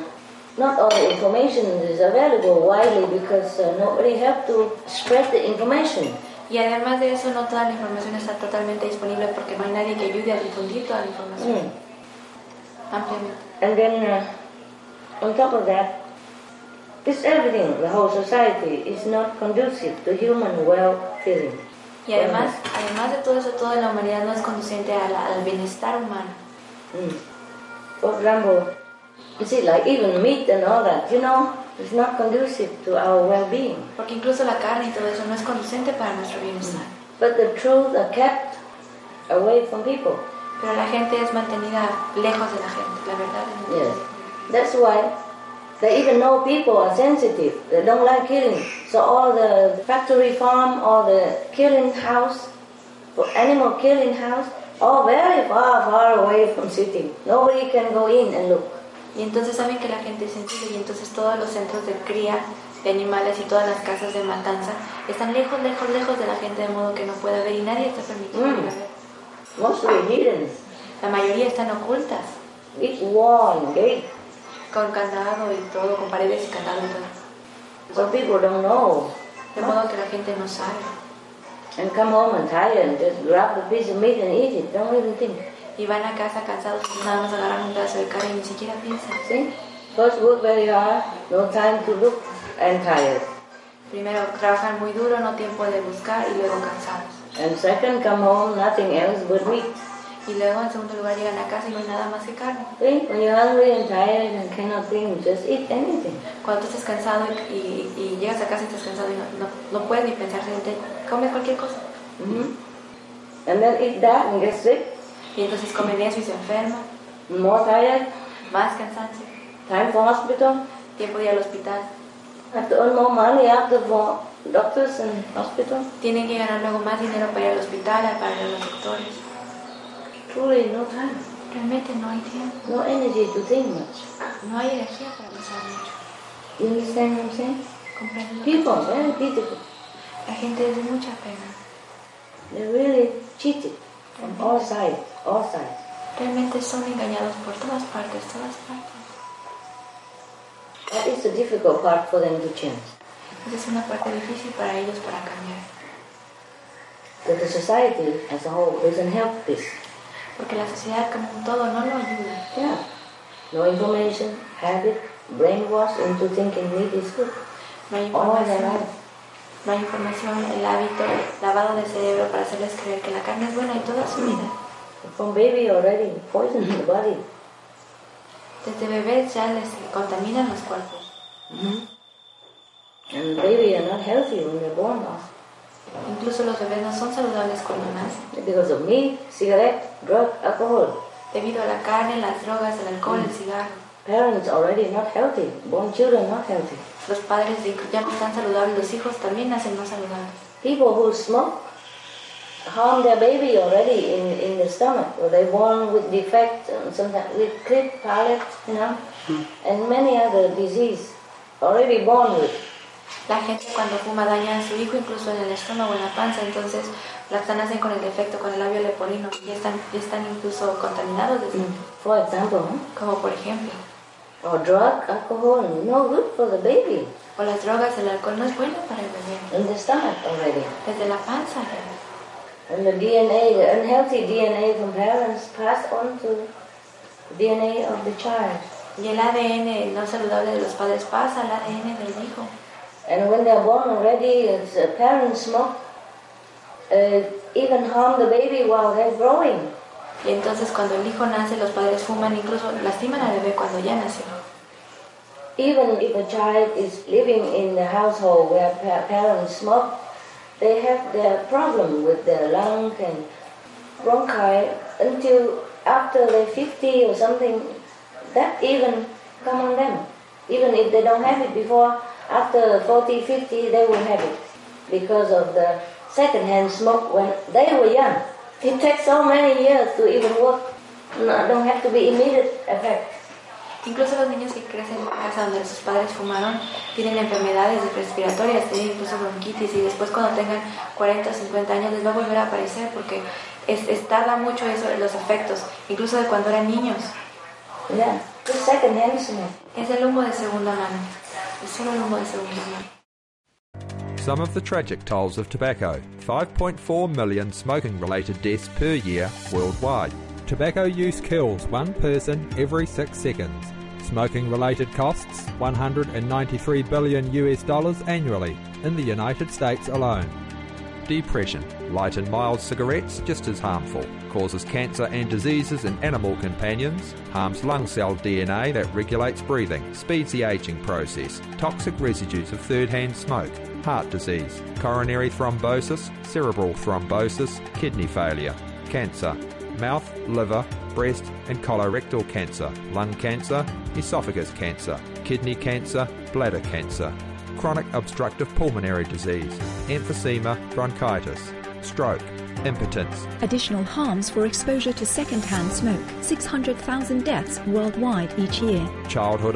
S3: not all the information is available widely because uh, nobody helped to spread the information.
S2: Y además de eso, no toda la información está totalmente disponible porque no hay nadie que ayude a difundir toda la información
S3: Mm.
S2: ampliamente.
S3: And then, uh, on top of that, this everything, the whole society, is not conducive to human well-feeling.
S2: Y además, además de todo eso, toda la humanidad no es conducente a la- al bienestar humano.
S3: Mm. For example, you see, like even meat and all that, you know, it's not conducive to our well-being.
S2: Porque incluso la carne y todo eso no es conducente para nuestro bienestar.
S3: But the truths are kept away from people.
S2: Pero la gente es mantenida lejos de la gente, la verdad. es muy
S3: Yes. That's why they even know people are sensitive. They don't like killing. So all the factory farm, all the killing house, for animal killing house, all very far, far away from city. Nobody can go in and look.
S2: Y entonces saben que la gente es sensible y entonces todos los centros de cría de animales y todas las casas de matanza están lejos, lejos, lejos de la gente de modo que no puede ver y nadie está permitido
S3: Mm.
S2: que la vea.
S3: Mostly hidden.
S2: La mayoría están ocultas.
S3: Big wall and gate.
S2: Con candado y todo, con paredes y candado y todo.
S3: So people don't know.
S2: De
S3: Ah.
S2: modo que la gente no sabe.
S3: And come home and tired and just grab a piece of meat and eat it. Don't even think.
S2: Y van a casa cansados y nada más agarran un pedazo de carne y ni siquiera piensan.
S3: See? First work Pues, very hard, no time to look and tired.
S2: Primero trabajan muy duro, no tiempo de buscar y luego cansados.
S3: And second, come home, nothing else but meat.
S2: Y luego en segundo lugar llegan a casa y no hay nada más que carne.
S3: See, when you're hungry and tired and cannot think, just Pues, eat anything.
S2: Cuando tú estás cansado y, y- y llegas a casa y estás cansado y no, no, no puedes ni pensar, simplemente comes cualquier cosa.
S3: Mhm. And then eat that and get sick,
S2: Y entonces comen eso y se enferma,
S3: more tired,
S2: más cansancio,
S3: time for hospital.
S2: tiempo de ir al hospital.
S3: Have to earn more money after for doctors and hospital.
S2: Tienen que ganar luego más dinero para ir al hospital, para ir a los doctores.
S3: Truly, no time,
S2: Realmente no hay tiempo,
S3: no energy to think much.
S2: no hay energía para pensar mucho.
S3: You understand what I'm saying?
S2: Comprendo.
S3: People, eh, very pitiful.
S2: La gente es de mucha pena.
S3: They really cheated from all sides, all sides.
S2: Realmente son engañados por todas partes, todas partes.
S3: That is the difficult part for them to change.
S2: Esa es una parte difícil para ellos para cambiar.
S3: But the society as a whole doesn't help this.
S2: Porque la sociedad como un todo no lo ayuda.
S3: Yeah. No information, habit, brainwash into thinking meat is good.
S2: No hay
S3: All their
S2: información.
S3: life.
S2: No hay información, el hábito, lavado de cerebro para hacerles creer que la carne es buena y toda su vida.
S3: From baby already poisons the body.
S2: Desde bebés ya les contaminan los cuerpos.
S3: Mm-hmm. And baby are not healthy when they're born now.
S2: Incluso los bebés no son saludables cuando nacen.
S3: Because of meat, cigarette, drug, alcohol. Mm.
S2: Debido a la carne, las drogas, el alcohol, el cigarro.
S3: Parents already not healthy. Born children not healthy.
S2: Los padres de- ya no están saludables, los hijos también nacen no saludables.
S3: People who smoke harm their baby already in, in the stomach. Or they're born with defect, and sometimes with clip, palate, you know. And many other disease already born with.
S2: La gente cuando fuma daña a su hijo incluso en el estómago, en la panza, entonces las nacen con el defecto, con el labio leporino y están, y están incluso contaminados desde
S3: For example, huh?
S2: como por ejemplo.
S3: Mm. or drug, alcohol, no good for the baby
S2: O las drogas, el alcohol no es bueno para el bebé,
S3: in the stomach already.
S2: desde la panza ya.
S3: And the DNA, the unhealthy DNA from parents passed on to DNA of the child.
S2: Y el ADN no saludable de los padres pasa al ADN del hijo.
S3: And when they're born already, it's, uh, parents smoke, uh, even harm the baby while they're growing.
S2: Y entonces cuando el hijo nace los padres fuman, incluso lastiman al bebé cuando ya nació.
S15: even if a child is living in a household where pa- parents smoke, they have their problem with their lung and bronchi until after they're 50 or something. That even come on them. Even if they don't have it before, after 40, 50, they will have it because of the secondhand smoke when they were young. It takes so many years to even work. No, don't have to be immediate effect.
S16: Incluso los niños que crecen en casa donde sus padres fumaron tienen enfermedades respiratorias, tienen incluso bronquitis y después cuando tengan 40 o 50 años les va a volver a aparecer porque es, es- tarda mucho eso de los efectos, incluso de cuando eran niños.
S15: Yeah, just second hand smoke.
S16: Es el humo de segunda mano, es solo el humo de segunda mano.
S17: Some of the tragic tolls of tobacco 5.4 million smoking related deaths per year worldwide. Tobacco use kills one person every six seconds. Smoking related costs 193 billion US dollars annually in the United States alone. Depression. Light and mild cigarettes just as harmful. Causes cancer and diseases in animal companions. Harms lung cell DNA that regulates breathing. Speeds the aging process. Toxic residues of third hand smoke. Heart disease. Coronary thrombosis. Cerebral thrombosis. Kidney failure. Cancer. Mouth, liver, breast, and colorectal cancer. Lung cancer. Esophagus cancer. Kidney cancer. Bladder cancer chronic obstructive pulmonary disease, emphysema, bronchitis, stroke, impotence,
S18: Additional harms for exposure to secondhand smoke 600,000 deaths worldwide each year.
S17: childhood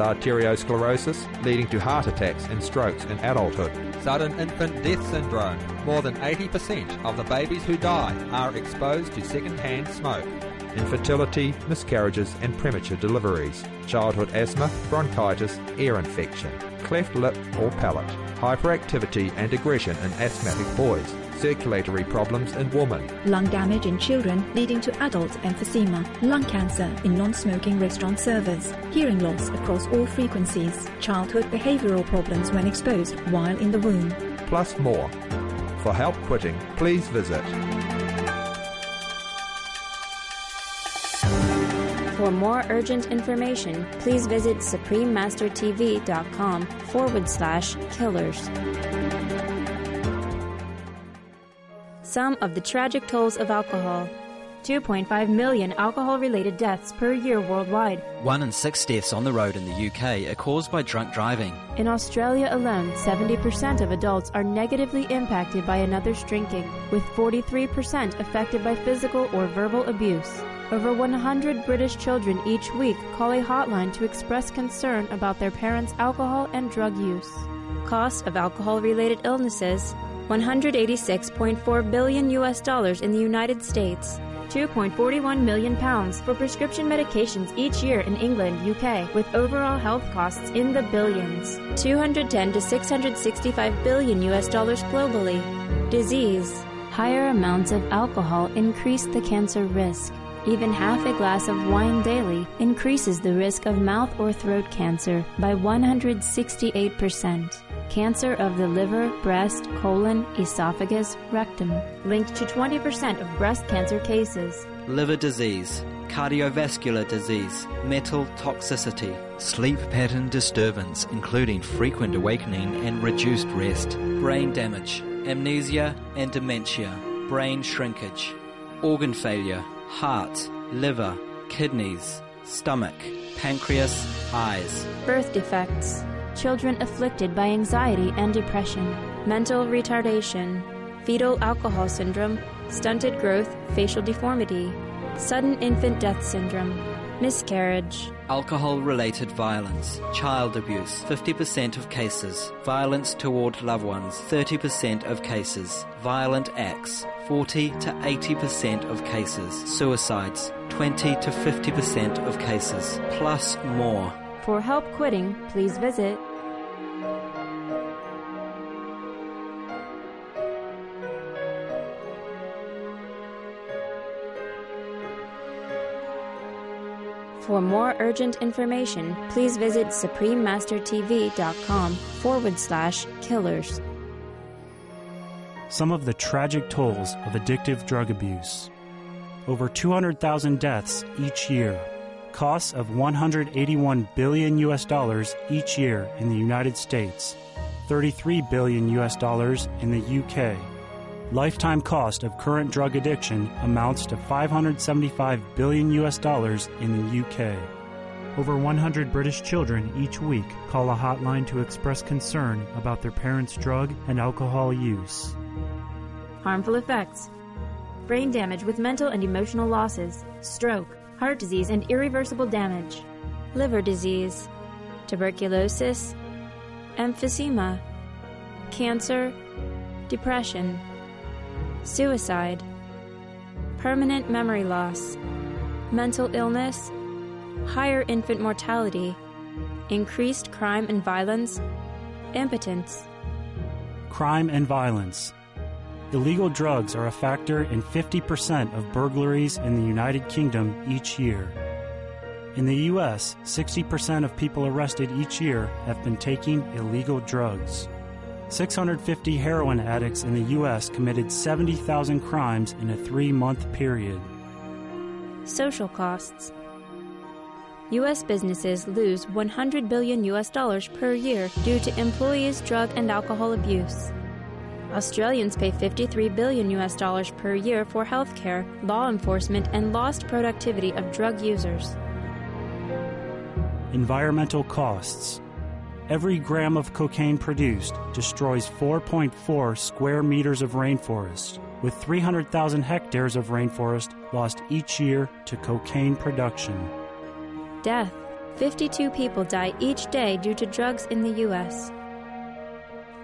S17: arteriosclerosis, leading to heart attacks and strokes in adulthood. Sudden infant death syndrome. More than 80% of the babies who die are exposed to secondhand smoke. Infertility, miscarriages, and premature deliveries. Childhood asthma, bronchitis, ear infection, cleft lip or palate. Hyperactivity and aggression in asthmatic boys. Circulatory problems in women.
S18: Lung damage in children leading to adult emphysema, lung cancer in non smoking restaurant servers, hearing loss across all frequencies, childhood behavioral problems when exposed while in the womb.
S17: plus more. For help quitting, please visit
S19: For more urgent information, please visit suprememastertv.com forward slash killers. Some of the tragic tolls of alcohol 2.5 million alcohol related deaths per year worldwide.
S20: One in six deaths on the road in the UK are caused by drunk driving.
S19: In Australia alone, 70% of adults are negatively impacted by another's drinking, with 43% affected by physical or verbal abuse. Over 100 British children each week call a hotline to express concern about their parents' alcohol and drug use. Cost of alcohol related illnesses 186.4 billion US dollars in the United States. 2.41 million pounds for prescription medications each year in England, UK, with overall health costs in the billions. 210 to 665 billion US dollars globally. Disease. Higher amounts of alcohol increase the cancer risk. Even half a glass of wine daily increases the risk of mouth or throat cancer by 168%. Cancer of the liver, breast, colon, esophagus, rectum, linked to 20% of breast cancer cases.
S20: Liver disease, cardiovascular disease, metal toxicity, sleep pattern disturbance, including frequent awakening and reduced rest, brain damage, amnesia and dementia, brain shrinkage, organ failure, heart, liver, kidneys, stomach, pancreas, eyes.
S19: Birth defects. Children afflicted by anxiety and depression. Mental retardation. Fetal alcohol syndrome. Stunted growth. Facial deformity. Sudden infant death syndrome. Miscarriage.
S20: Alcohol related violence, child abuse, 50% of cases. Violence toward loved ones, 30% of cases. Violent acts, 40 to 80% of cases. Suicides, 20 to 50% of cases. Plus more.
S19: For help quitting, please visit For more urgent information, please visit suprememastertv.com forward slash killers.
S5: Some of the tragic tolls of addictive drug abuse. Over 200,000 deaths each year. costs of 181 billion US dollars each year in the United States, 33 billion US dollars in the UK. Lifetime cost of current drug addiction amounts to 575 billion US dollars in the UK.
S21: Over 100 British children each week call a hotline to express concern about their parents' drug and alcohol use.
S19: Harmful effects brain damage with mental and emotional losses, stroke, heart disease, and irreversible damage, liver disease, tuberculosis, emphysema, cancer, depression, suicide, permanent memory loss, mental illness, higher infant mortality, increased crime and violence, impotence.
S5: Crime and violence. Illegal drugs are a factor in 50% of burglaries in the United Kingdom each year. In the US, 60% of people arrested each year have been taking illegal drugs. 650 heroin addicts in the US committed 70,000 crimes in a three month period.
S19: Social costs. U.S. businesses lose 100 billion U.S. dollars per year due to employees' drug and alcohol abuse. Australians pay 53 billion U.S. dollars per year for healthcare, law enforcement, and lost productivity of drug users.
S5: Environmental costs. Every gram of cocaine produced destroys 4.4 square meters of rainforest, with 300,000 hectares of rainforest lost each year to cocaine production
S19: death. 52 people die each day due to drugs in the U.S.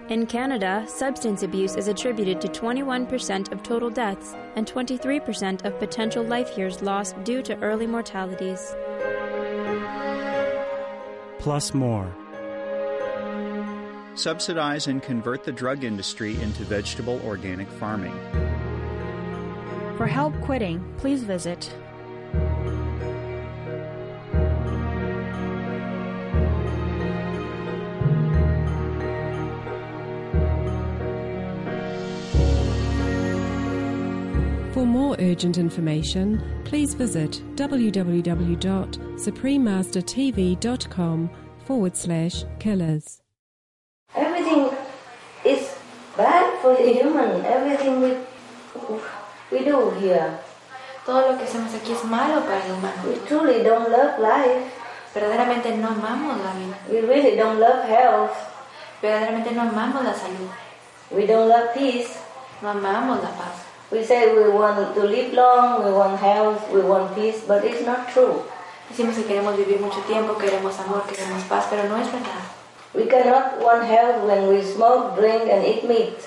S19: In Canada, substance abuse is attributed to 21% of total deaths and 23% of potential life years lost due to early mortalities.
S5: Plus more.
S22: Subsidize and convert the drug industry into vegetable organic farming.
S23: For help quitting, please visit
S24: For more urgent information, please visit www.suprememastertv.com forward slash killers.
S3: Everything is bad for the human. Everything we, we do here.
S2: Todo lo que hacemos aquí es malo para el humano.
S3: We truly don't love life.
S2: Verdaderamente no amamos la vida.
S3: We really don't love health.
S2: Verdaderamente no amamos la salud.
S3: We don't love peace.
S2: No amamos la paz.
S3: We say we want to live long, we want health, we want peace, but it's not true.
S2: Decimos que queremos vivir mucho tiempo, queremos amor, queremos paz, pero no es verdad.
S3: We cannot want health when we smoke, drink, and eat meat.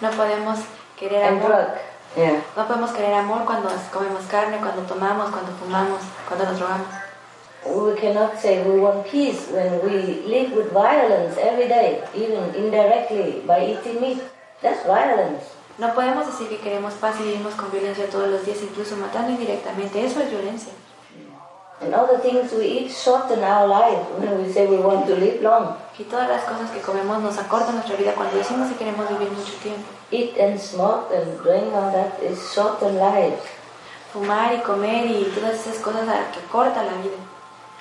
S2: No podemos querer
S3: and
S2: amor.
S3: Drug. Yeah.
S2: No podemos querer amor cuando comemos carne, cuando tomamos, cuando fumamos, cuando nos drogamos.
S3: We cannot say we want peace when we live with violence every day, even indirectly by eating meat. That's violence.
S2: No podemos decir que queremos paz y vivimos con violencia todos los días, incluso matando indirectamente. Eso es violencia.
S3: And all the things we eat shorten our life when we say we want to live long.
S2: Y todas las cosas que comemos nos acortan nuestra vida cuando decimos que queremos vivir mucho tiempo.
S3: Eat and smoke and drink all that is shorten lives.
S2: Fumar y comer y todas esas cosas que cortan la vida.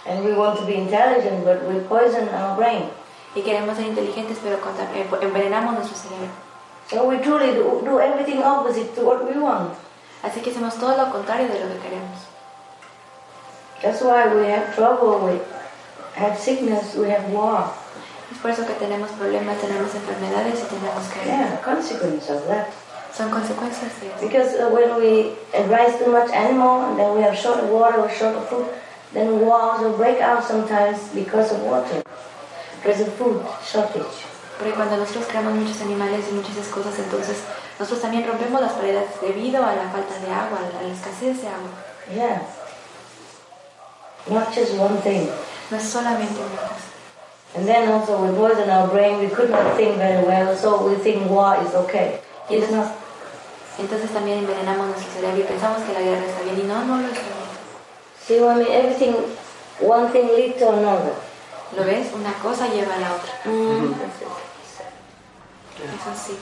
S3: And we want to be intelligent, but we poison our brain.
S2: Y queremos ser inteligentes, pero eh, envenenamos nuestro cerebro.
S3: So we truly do, do, everything opposite to what we want.
S2: Así que hacemos todo lo contrario de lo que queremos.
S3: That's why we have trouble, we have sickness, we have war.
S2: Es por eso que tenemos problemas, tenemos enfermedades y tenemos que...
S3: Yeah, consequence of that.
S2: Son consecuencias de eso.
S3: Because uh, when we raise too much animal and then we have short of water or short of food, then wars will break out sometimes because of water. Because of food shortage.
S2: Porque cuando nosotros creamos muchos animales y muchas cosas, entonces nosotros también rompemos las paredes debido a la falta de agua, a la escasez de agua.
S3: Yes. Not just one thing.
S2: No es solamente una cosa.
S3: And then also with words in our brain, we could not think very well, so we think war is okay.
S2: Y entonces, not... entonces también envenenamos nuestro cerebro y pensamos que la guerra está bien y no, no lo está bien.
S3: See what I mean? Everything, one thing leads to another.
S2: ¿Lo ves? Una cosa lleva a la otra.
S3: Mm.
S2: Eso sí.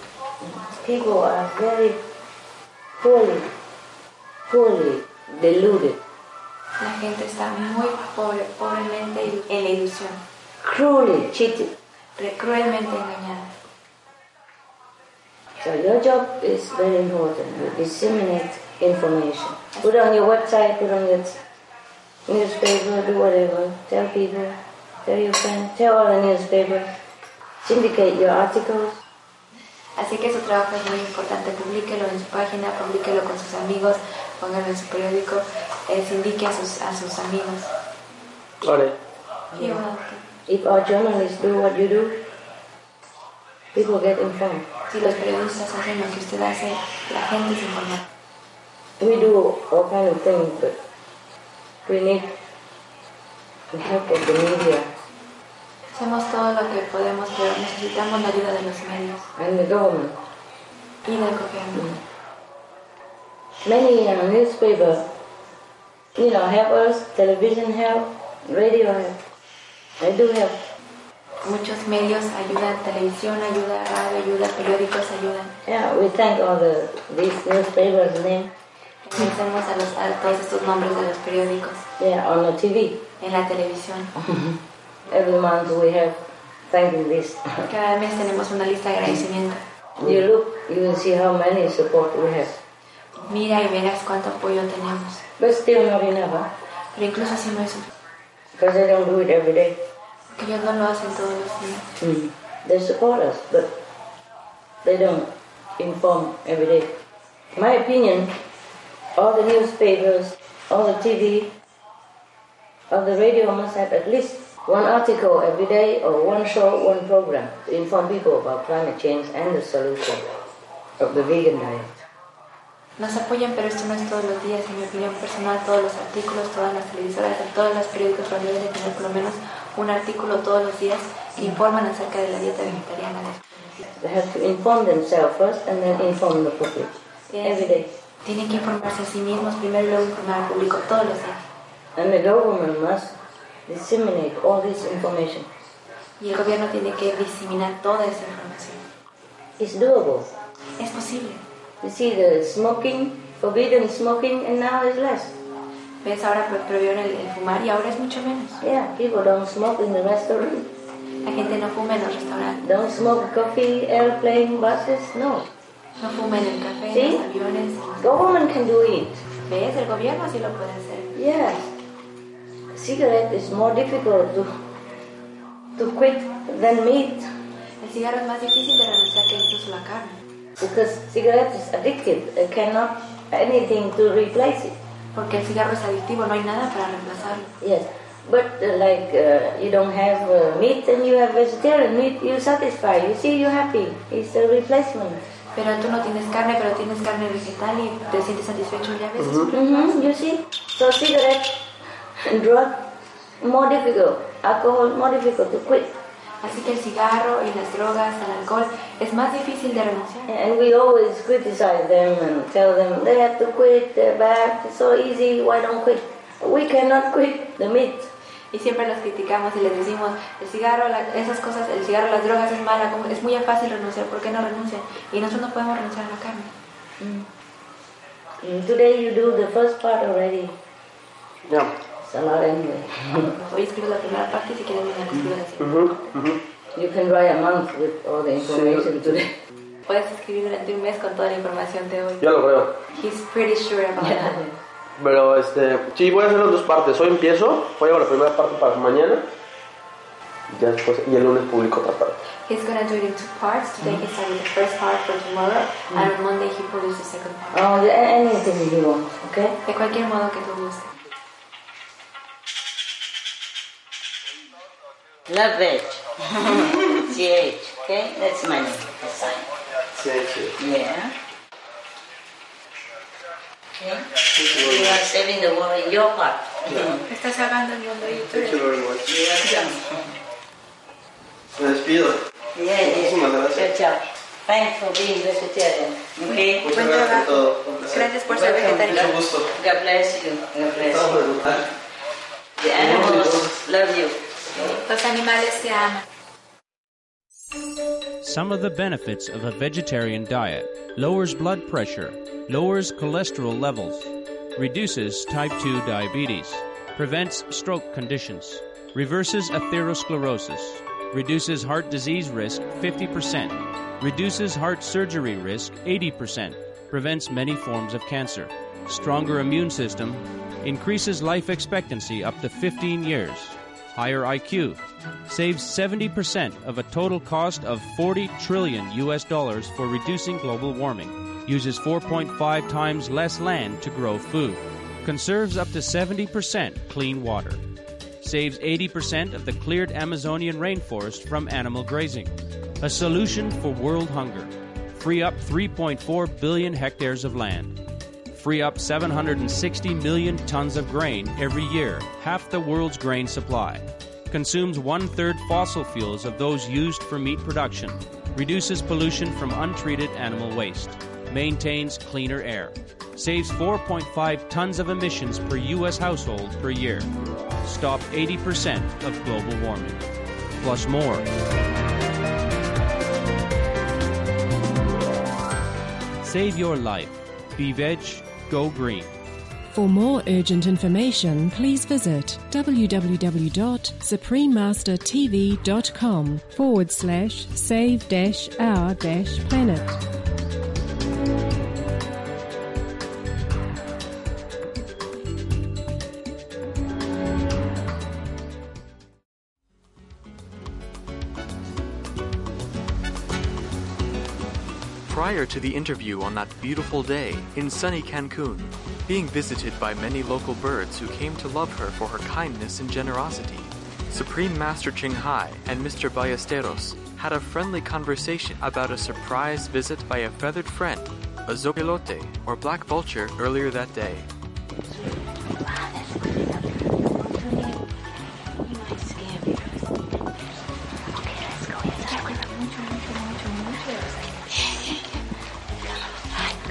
S3: People are very poorly, poorly deluded.
S2: La gente está muy pobre, pobremente ilu- en la ilusión,
S3: Cruelly cheated.
S2: re- cruelmente engañada.
S3: So your job is very important. You disseminate information. Put on your website, put on your newspaper, do whatever. Tell people, tell your friends, tell all the newspapers. Syndicate your articles.
S2: Así que su trabajo es muy importante. Publíquelo en su página, publíquelo con sus amigos, póngalo en su periódico, eh, sindique a sus, a sus amigos.
S1: Vale.
S2: Y bueno,
S3: If our journalists do what you do, people get informed.
S2: si los periodistas hacen lo que usted hace, la gente se informa.
S3: We do all kind of things, but we need the help of the media.
S2: Hacemos todo lo que podemos, pero necesitamos la ayuda de los medios
S3: and the government.
S2: y del gobierno.
S3: Many uh, newspaper, you know, help us, television help, radio help. They do help.
S2: Muchos medios ayudan, televisión ayuda, radio ayuda, periódicos ayudan.
S3: Yeah, we thank all the these newspapers name.
S2: Agradecemos a, los, a todos estos nombres de los periódicos
S3: Yeah, on the TV.
S2: en la televisión.
S3: Every month we have thanking list.
S2: Cada mes tenemos una lista de agradecimiento.
S3: you look, you will see how many support we have.
S2: Mira y verás cuánto apoyo tenemos.
S3: But still not enough, huh?
S2: Pero incluso así no es
S3: because they don't do it every day.
S2: que ellos no lo hacen todos los días.
S3: Mm. They support us, but they don't inform every day. My opinion, all the newspapers, all the TV, all the radio must have at least one article every day or one show, one program to inform people about climate change and the solution of the vegan diet.
S2: Nos apoyan, pero esto no es todos los días. En mi opinión personal, todos los artículos, todas las televisoras, todos los periódicos lo deben de tener por lo menos un artículo todos los días que informan acerca de la dieta vegetariana.
S3: They have to inform themselves first and then inform the public every day.
S2: Tienen que informarse a sí mismos primero y luego informar al público todos los días.
S3: And the government must disseminate all this information.
S2: Y el gobierno tiene que diseminar toda esa información.
S3: It's doable.
S2: Es posible.
S3: You see, the smoking, forbidden smoking, and now it's less.
S2: ¿Ves? Ahora pro- prohibieron el, el fumar y ahora es mucho menos.
S3: Yeah, people don't smoke in the restaurant.
S2: La gente no fuma en los restaurantes,
S3: Don't smoke coffee, airplane, buses. No.
S2: no fuma en el café, en
S3: See?
S2: los aviones.
S3: Government can do it.
S2: ¿Ves? El gobierno sí lo puede hacer.
S3: Yes. Cigarette is more difficult to to quit than meat
S2: El cigarro es más difícil de renunciar que incluso la carne.
S3: because cigarette is addictive. It cannot anything to replace it.
S2: Porque el cigarro es adictivo, no hay nada para reemplazarlo.
S3: Yes. But uh, like uh, you don't have uh, meat and you have vegetarian meat, you satisfy. You see, you're happy. It's a replacement.
S2: Pero tú no tienes carne, pero tienes carne vegetal y te sientes satisfecho ya ves.
S3: hmm You see, so cigarette and drug more difficult, alcohol more difficult to quit,
S2: Así que el cigarro y las drogas, el alcohol, es más difícil de renunciar.
S3: and we always criticize them and tell them they have to quit, they're bad, it's so easy, why don't quit? We cannot quit the meat.
S2: Y siempre los criticamos y les decimos, el cigarro, la- esas cosas, el cigarro, las drogas es mala, ¿cómo- es muy fácil renunciar, ¿por qué no renuncian? Y nosotros no podemos renunciar a la carne.
S3: Mm, Today you do the first part already.
S25: Yeah.
S3: It's a lot anyway.
S2: Hoy escribo la primera parte y si quieren mañana escribo la segunda.
S3: You can write a month with all the information today.
S2: Puedes escribir durante un mes con toda la información de hoy.
S1: Ya lo creo.
S2: He's pretty sure about that.
S1: Pero este, sí, voy a hacer las dos partes. Hoy empiezo, voy a la primera parte para mañana. Ya después, y el lunes publico otra parte.
S2: He's gonna do it in two parts. Today he started the first part for tomorrow, and on Monday he produced the second part.
S3: Oh, yeah, anything you want, okay?
S2: De cualquier modo que tú guste.
S26: Not veg. CH, okay? That's my name. That's fine. Yeah. Okay? You are saving the world in your part.
S2: Estás salvando el mundo y tú.
S26: You are done.
S25: Me despido.
S26: Yeah, yeah.
S25: Muchísimas gracias.
S26: Good job. Thanks for being vegetarian. Okay?
S25: Muchas gracias por todo. Un placer.
S26: Welcome.
S25: Mucho gusto.
S26: God bless you. God bless
S25: Estamos
S26: you.
S25: en lugar.
S26: The animals love you.
S2: Los animales te aman.
S10: Some of the benefits of a vegetarian diet lowers blood pressure, lowers cholesterol levels, reduces type 2 diabetes, prevents stroke conditions, reverses atherosclerosis, reduces heart disease risk 50%, reduces heart surgery risk 80%, prevents many forms of cancer, stronger immune system, increases life expectancy up to 15 years, higher IQ, saves 70% of a total cost of 40 trillion US dollars for reducing global warming, uses 4.5 times less land to grow food, conserves up to 70% clean water, saves 80% of the cleared Amazonian rainforest from animal grazing. A solution for world hunger. Free up 3.4 billion hectares of land free up 760 million tons of grain every year, half the world's grain supply. Consumes one third fossil fuels of those used for meat production. Reduces pollution from untreated animal waste. Maintains cleaner air. Saves 4.5 tons of emissions per U.S. household per year. Stop 80% of global warming. Plus more. Save your life. Be veg. Go Green.
S24: For more urgent information, please visit www.suprememastertv.com forward slash save dash our dash planet.
S8: Prior to the interview on that beautiful day in sunny Cancun, being visited by many local birds who came to love her for her kindness and generosity, Supreme Master Ching Hai and Mr. Ballesteros had a friendly conversation about a surprise visit by a feathered friend, a zopilote or black vulture, earlier that day.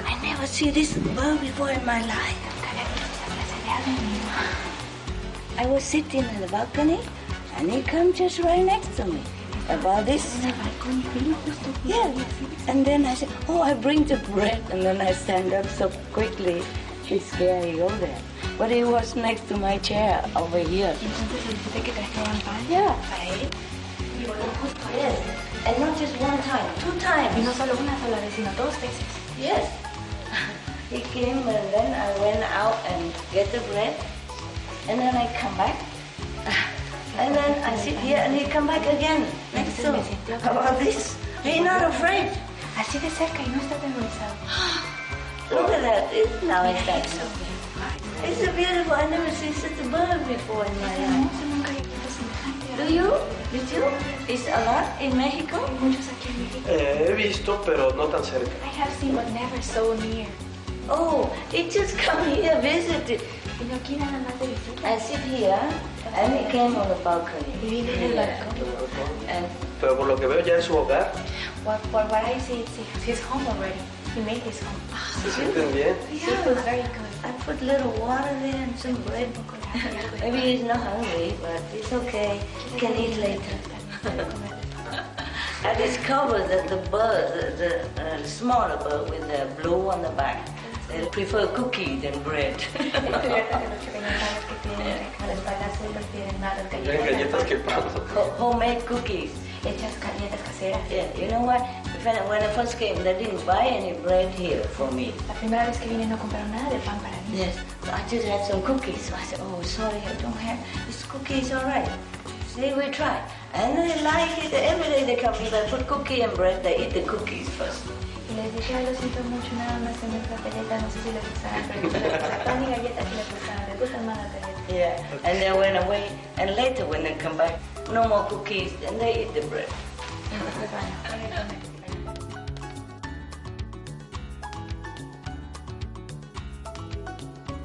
S3: I never see this bird before in my life. I was sitting on the balcony and he come just right next to me. About this. Yeah. And then I said, Oh, I bring the bread. And then I stand up so quickly. She's scared he go there. But he was next to my chair over here. Yeah.
S2: Yes. And not just one time, two times.
S3: Y no solo una sola vez, sino dos veces.
S2: Yes.
S3: He came and then I went out and get the bread and then I come back and then I sit here and he come back again next to me. How about this? He not afraid. Así de cerca y no está aterrorizado. Look at that. It's now it's that. It's a beautiful. I never seen such a bird before in my life. Do you? Did you? It's a lot in Mexico. Muchos aquí en México.
S1: Eh, he visto, pero no tan cerca.
S3: I have seen but never so near. Oh, it just come here visit. Y no quiere nada más de visita.
S2: I sit here and he came on the balcony.
S3: Y vive en el balcón.
S2: And
S1: Pero por lo que veo ya es su hogar.
S3: What, what, what I see, it's his- his home already. He made his home.
S1: Se sienten bien.
S3: Yeah. It was very good. Ah, I put little water there and some bread.
S2: maybe he's not hungry, but it's okay. He can eat later.
S3: I discovered that the bird, the, the uh, smaller bird with the blue on the back, they prefer cookie than bread.
S1: Tienen galletas que pan.
S3: Ho- Homemade cookies. Hechas galletas caseras. Yeah, you know what? When I, when I first came, they didn't buy any bread here for me.
S2: La primera vez que vine no compraron nada de pan para mí.
S3: Yes, I just had some cookies. So I said, oh, sorry, I don't have. This cookie is all right. They will try. And they like it. Every day they come, if I put cookie and bread, they eat the cookies first.
S2: Y les dije, "Ah, lo siento mucho, nada más en esta galleta, no sé si les gustará, pero les gustará pan y galletas si les gustará, les gustan más las galletas.
S3: Yeah, and they went away. And later when they come back, no more cookies, and they eat the bread.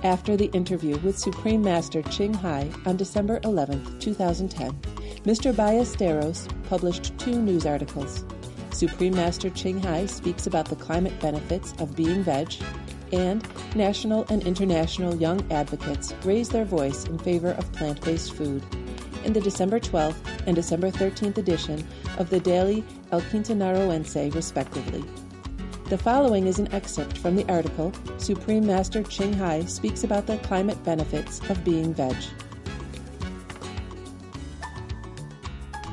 S27: After the interview with Supreme Master Ching Hai on December 11, 2010, Mr. Ballesteros published two news articles. Supreme Master Ching Hai speaks about the climate benefits of being veg, and national and international young advocates raise their voice in favor of plant based food. In the December 12th and December 13th edition of the daily El Quintanaroense, respectively. The following is an excerpt from the article Supreme Master Ching Hai speaks about the climate benefits of being veg.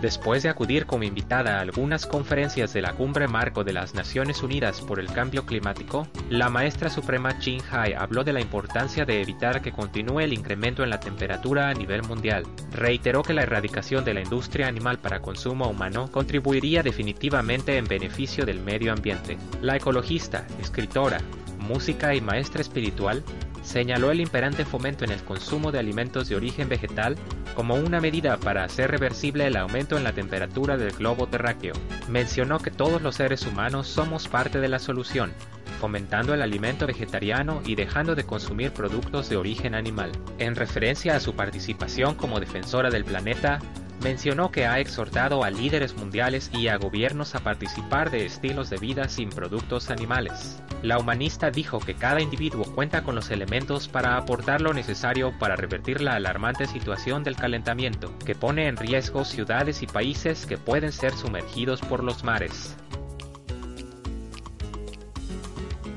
S7: Después de acudir como invitada a algunas conferencias de la Cumbre Marco de las Naciones Unidas por el Cambio Climático, la maestra suprema Ching Hai habló de la importancia de evitar que continúe el incremento en la temperatura a nivel mundial. Reiteró que la erradicación de la industria animal para consumo humano contribuiría definitivamente en beneficio del medio ambiente. La ecologista, escritora, música y maestra espiritual señaló el imperante fomento en el consumo de alimentos de origen vegetal como una medida para hacer reversible el aumento en la temperatura del globo terráqueo. Mencionó que todos los seres humanos somos parte de la solución, fomentando el alimento vegetariano y dejando de consumir productos de origen animal. En referencia a su participación como defensora del planeta, mencionó que ha exhortado a líderes mundiales y a gobiernos a participar de estilos de vida sin productos animales. La humanista dijo que cada individuo cuenta con los elementos para aportar lo necesario para revertir la alarmante situación del calentamiento, que pone en riesgo ciudades y países que pueden ser sumergidos por los mares.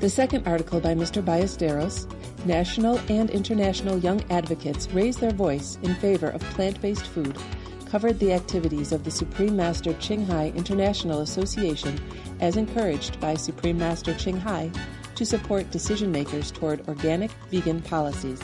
S27: The second article by Mr. Ballesteros National and international young advocates raise their voice in favor of plant based food covered the activities of the Supreme Master Qinghai International Association as encouraged by Supreme Master Qinghai to support decision makers toward organic vegan policies.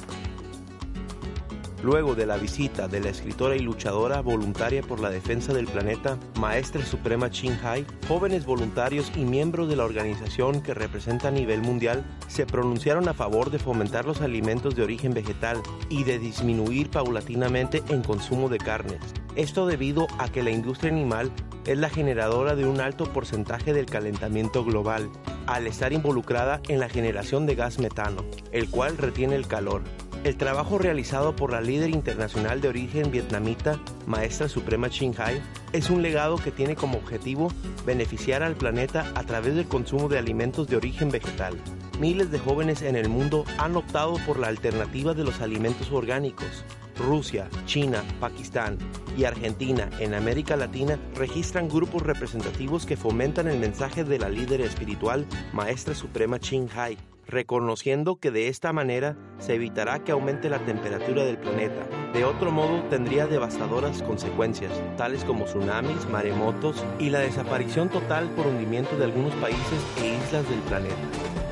S9: Luego de la visita de la escritora y luchadora voluntaria por la defensa del planeta, maestra suprema Ching Hai, jóvenes voluntarios y miembros de la organización que representa a nivel mundial se pronunciaron a favor de fomentar los alimentos de origen vegetal y de disminuir paulatinamente el consumo de carnes. Esto debido a que la industria animal es la generadora de un alto porcentaje del calentamiento global, al estar involucrada en la generación de gas metano, el cual retiene el calor. El trabajo realizado por la líder internacional de origen vietnamita, maestra suprema Ching Hai, es un legado que tiene como objetivo beneficiar al planeta a través del consumo de alimentos de origen vegetal. Miles de jóvenes en el mundo han optado por la alternativa de los alimentos orgánicos. Rusia, China, Pakistán y Argentina en América Latina registran grupos representativos que fomentan el mensaje de la líder espiritual, maestra suprema Ching Hai reconociendo que de esta manera se evitará que aumente la temperatura del planeta. De otro modo, tendría devastadoras consecuencias, tales como tsunamis, maremotos y la desaparición total por hundimiento de algunos países e islas del planeta.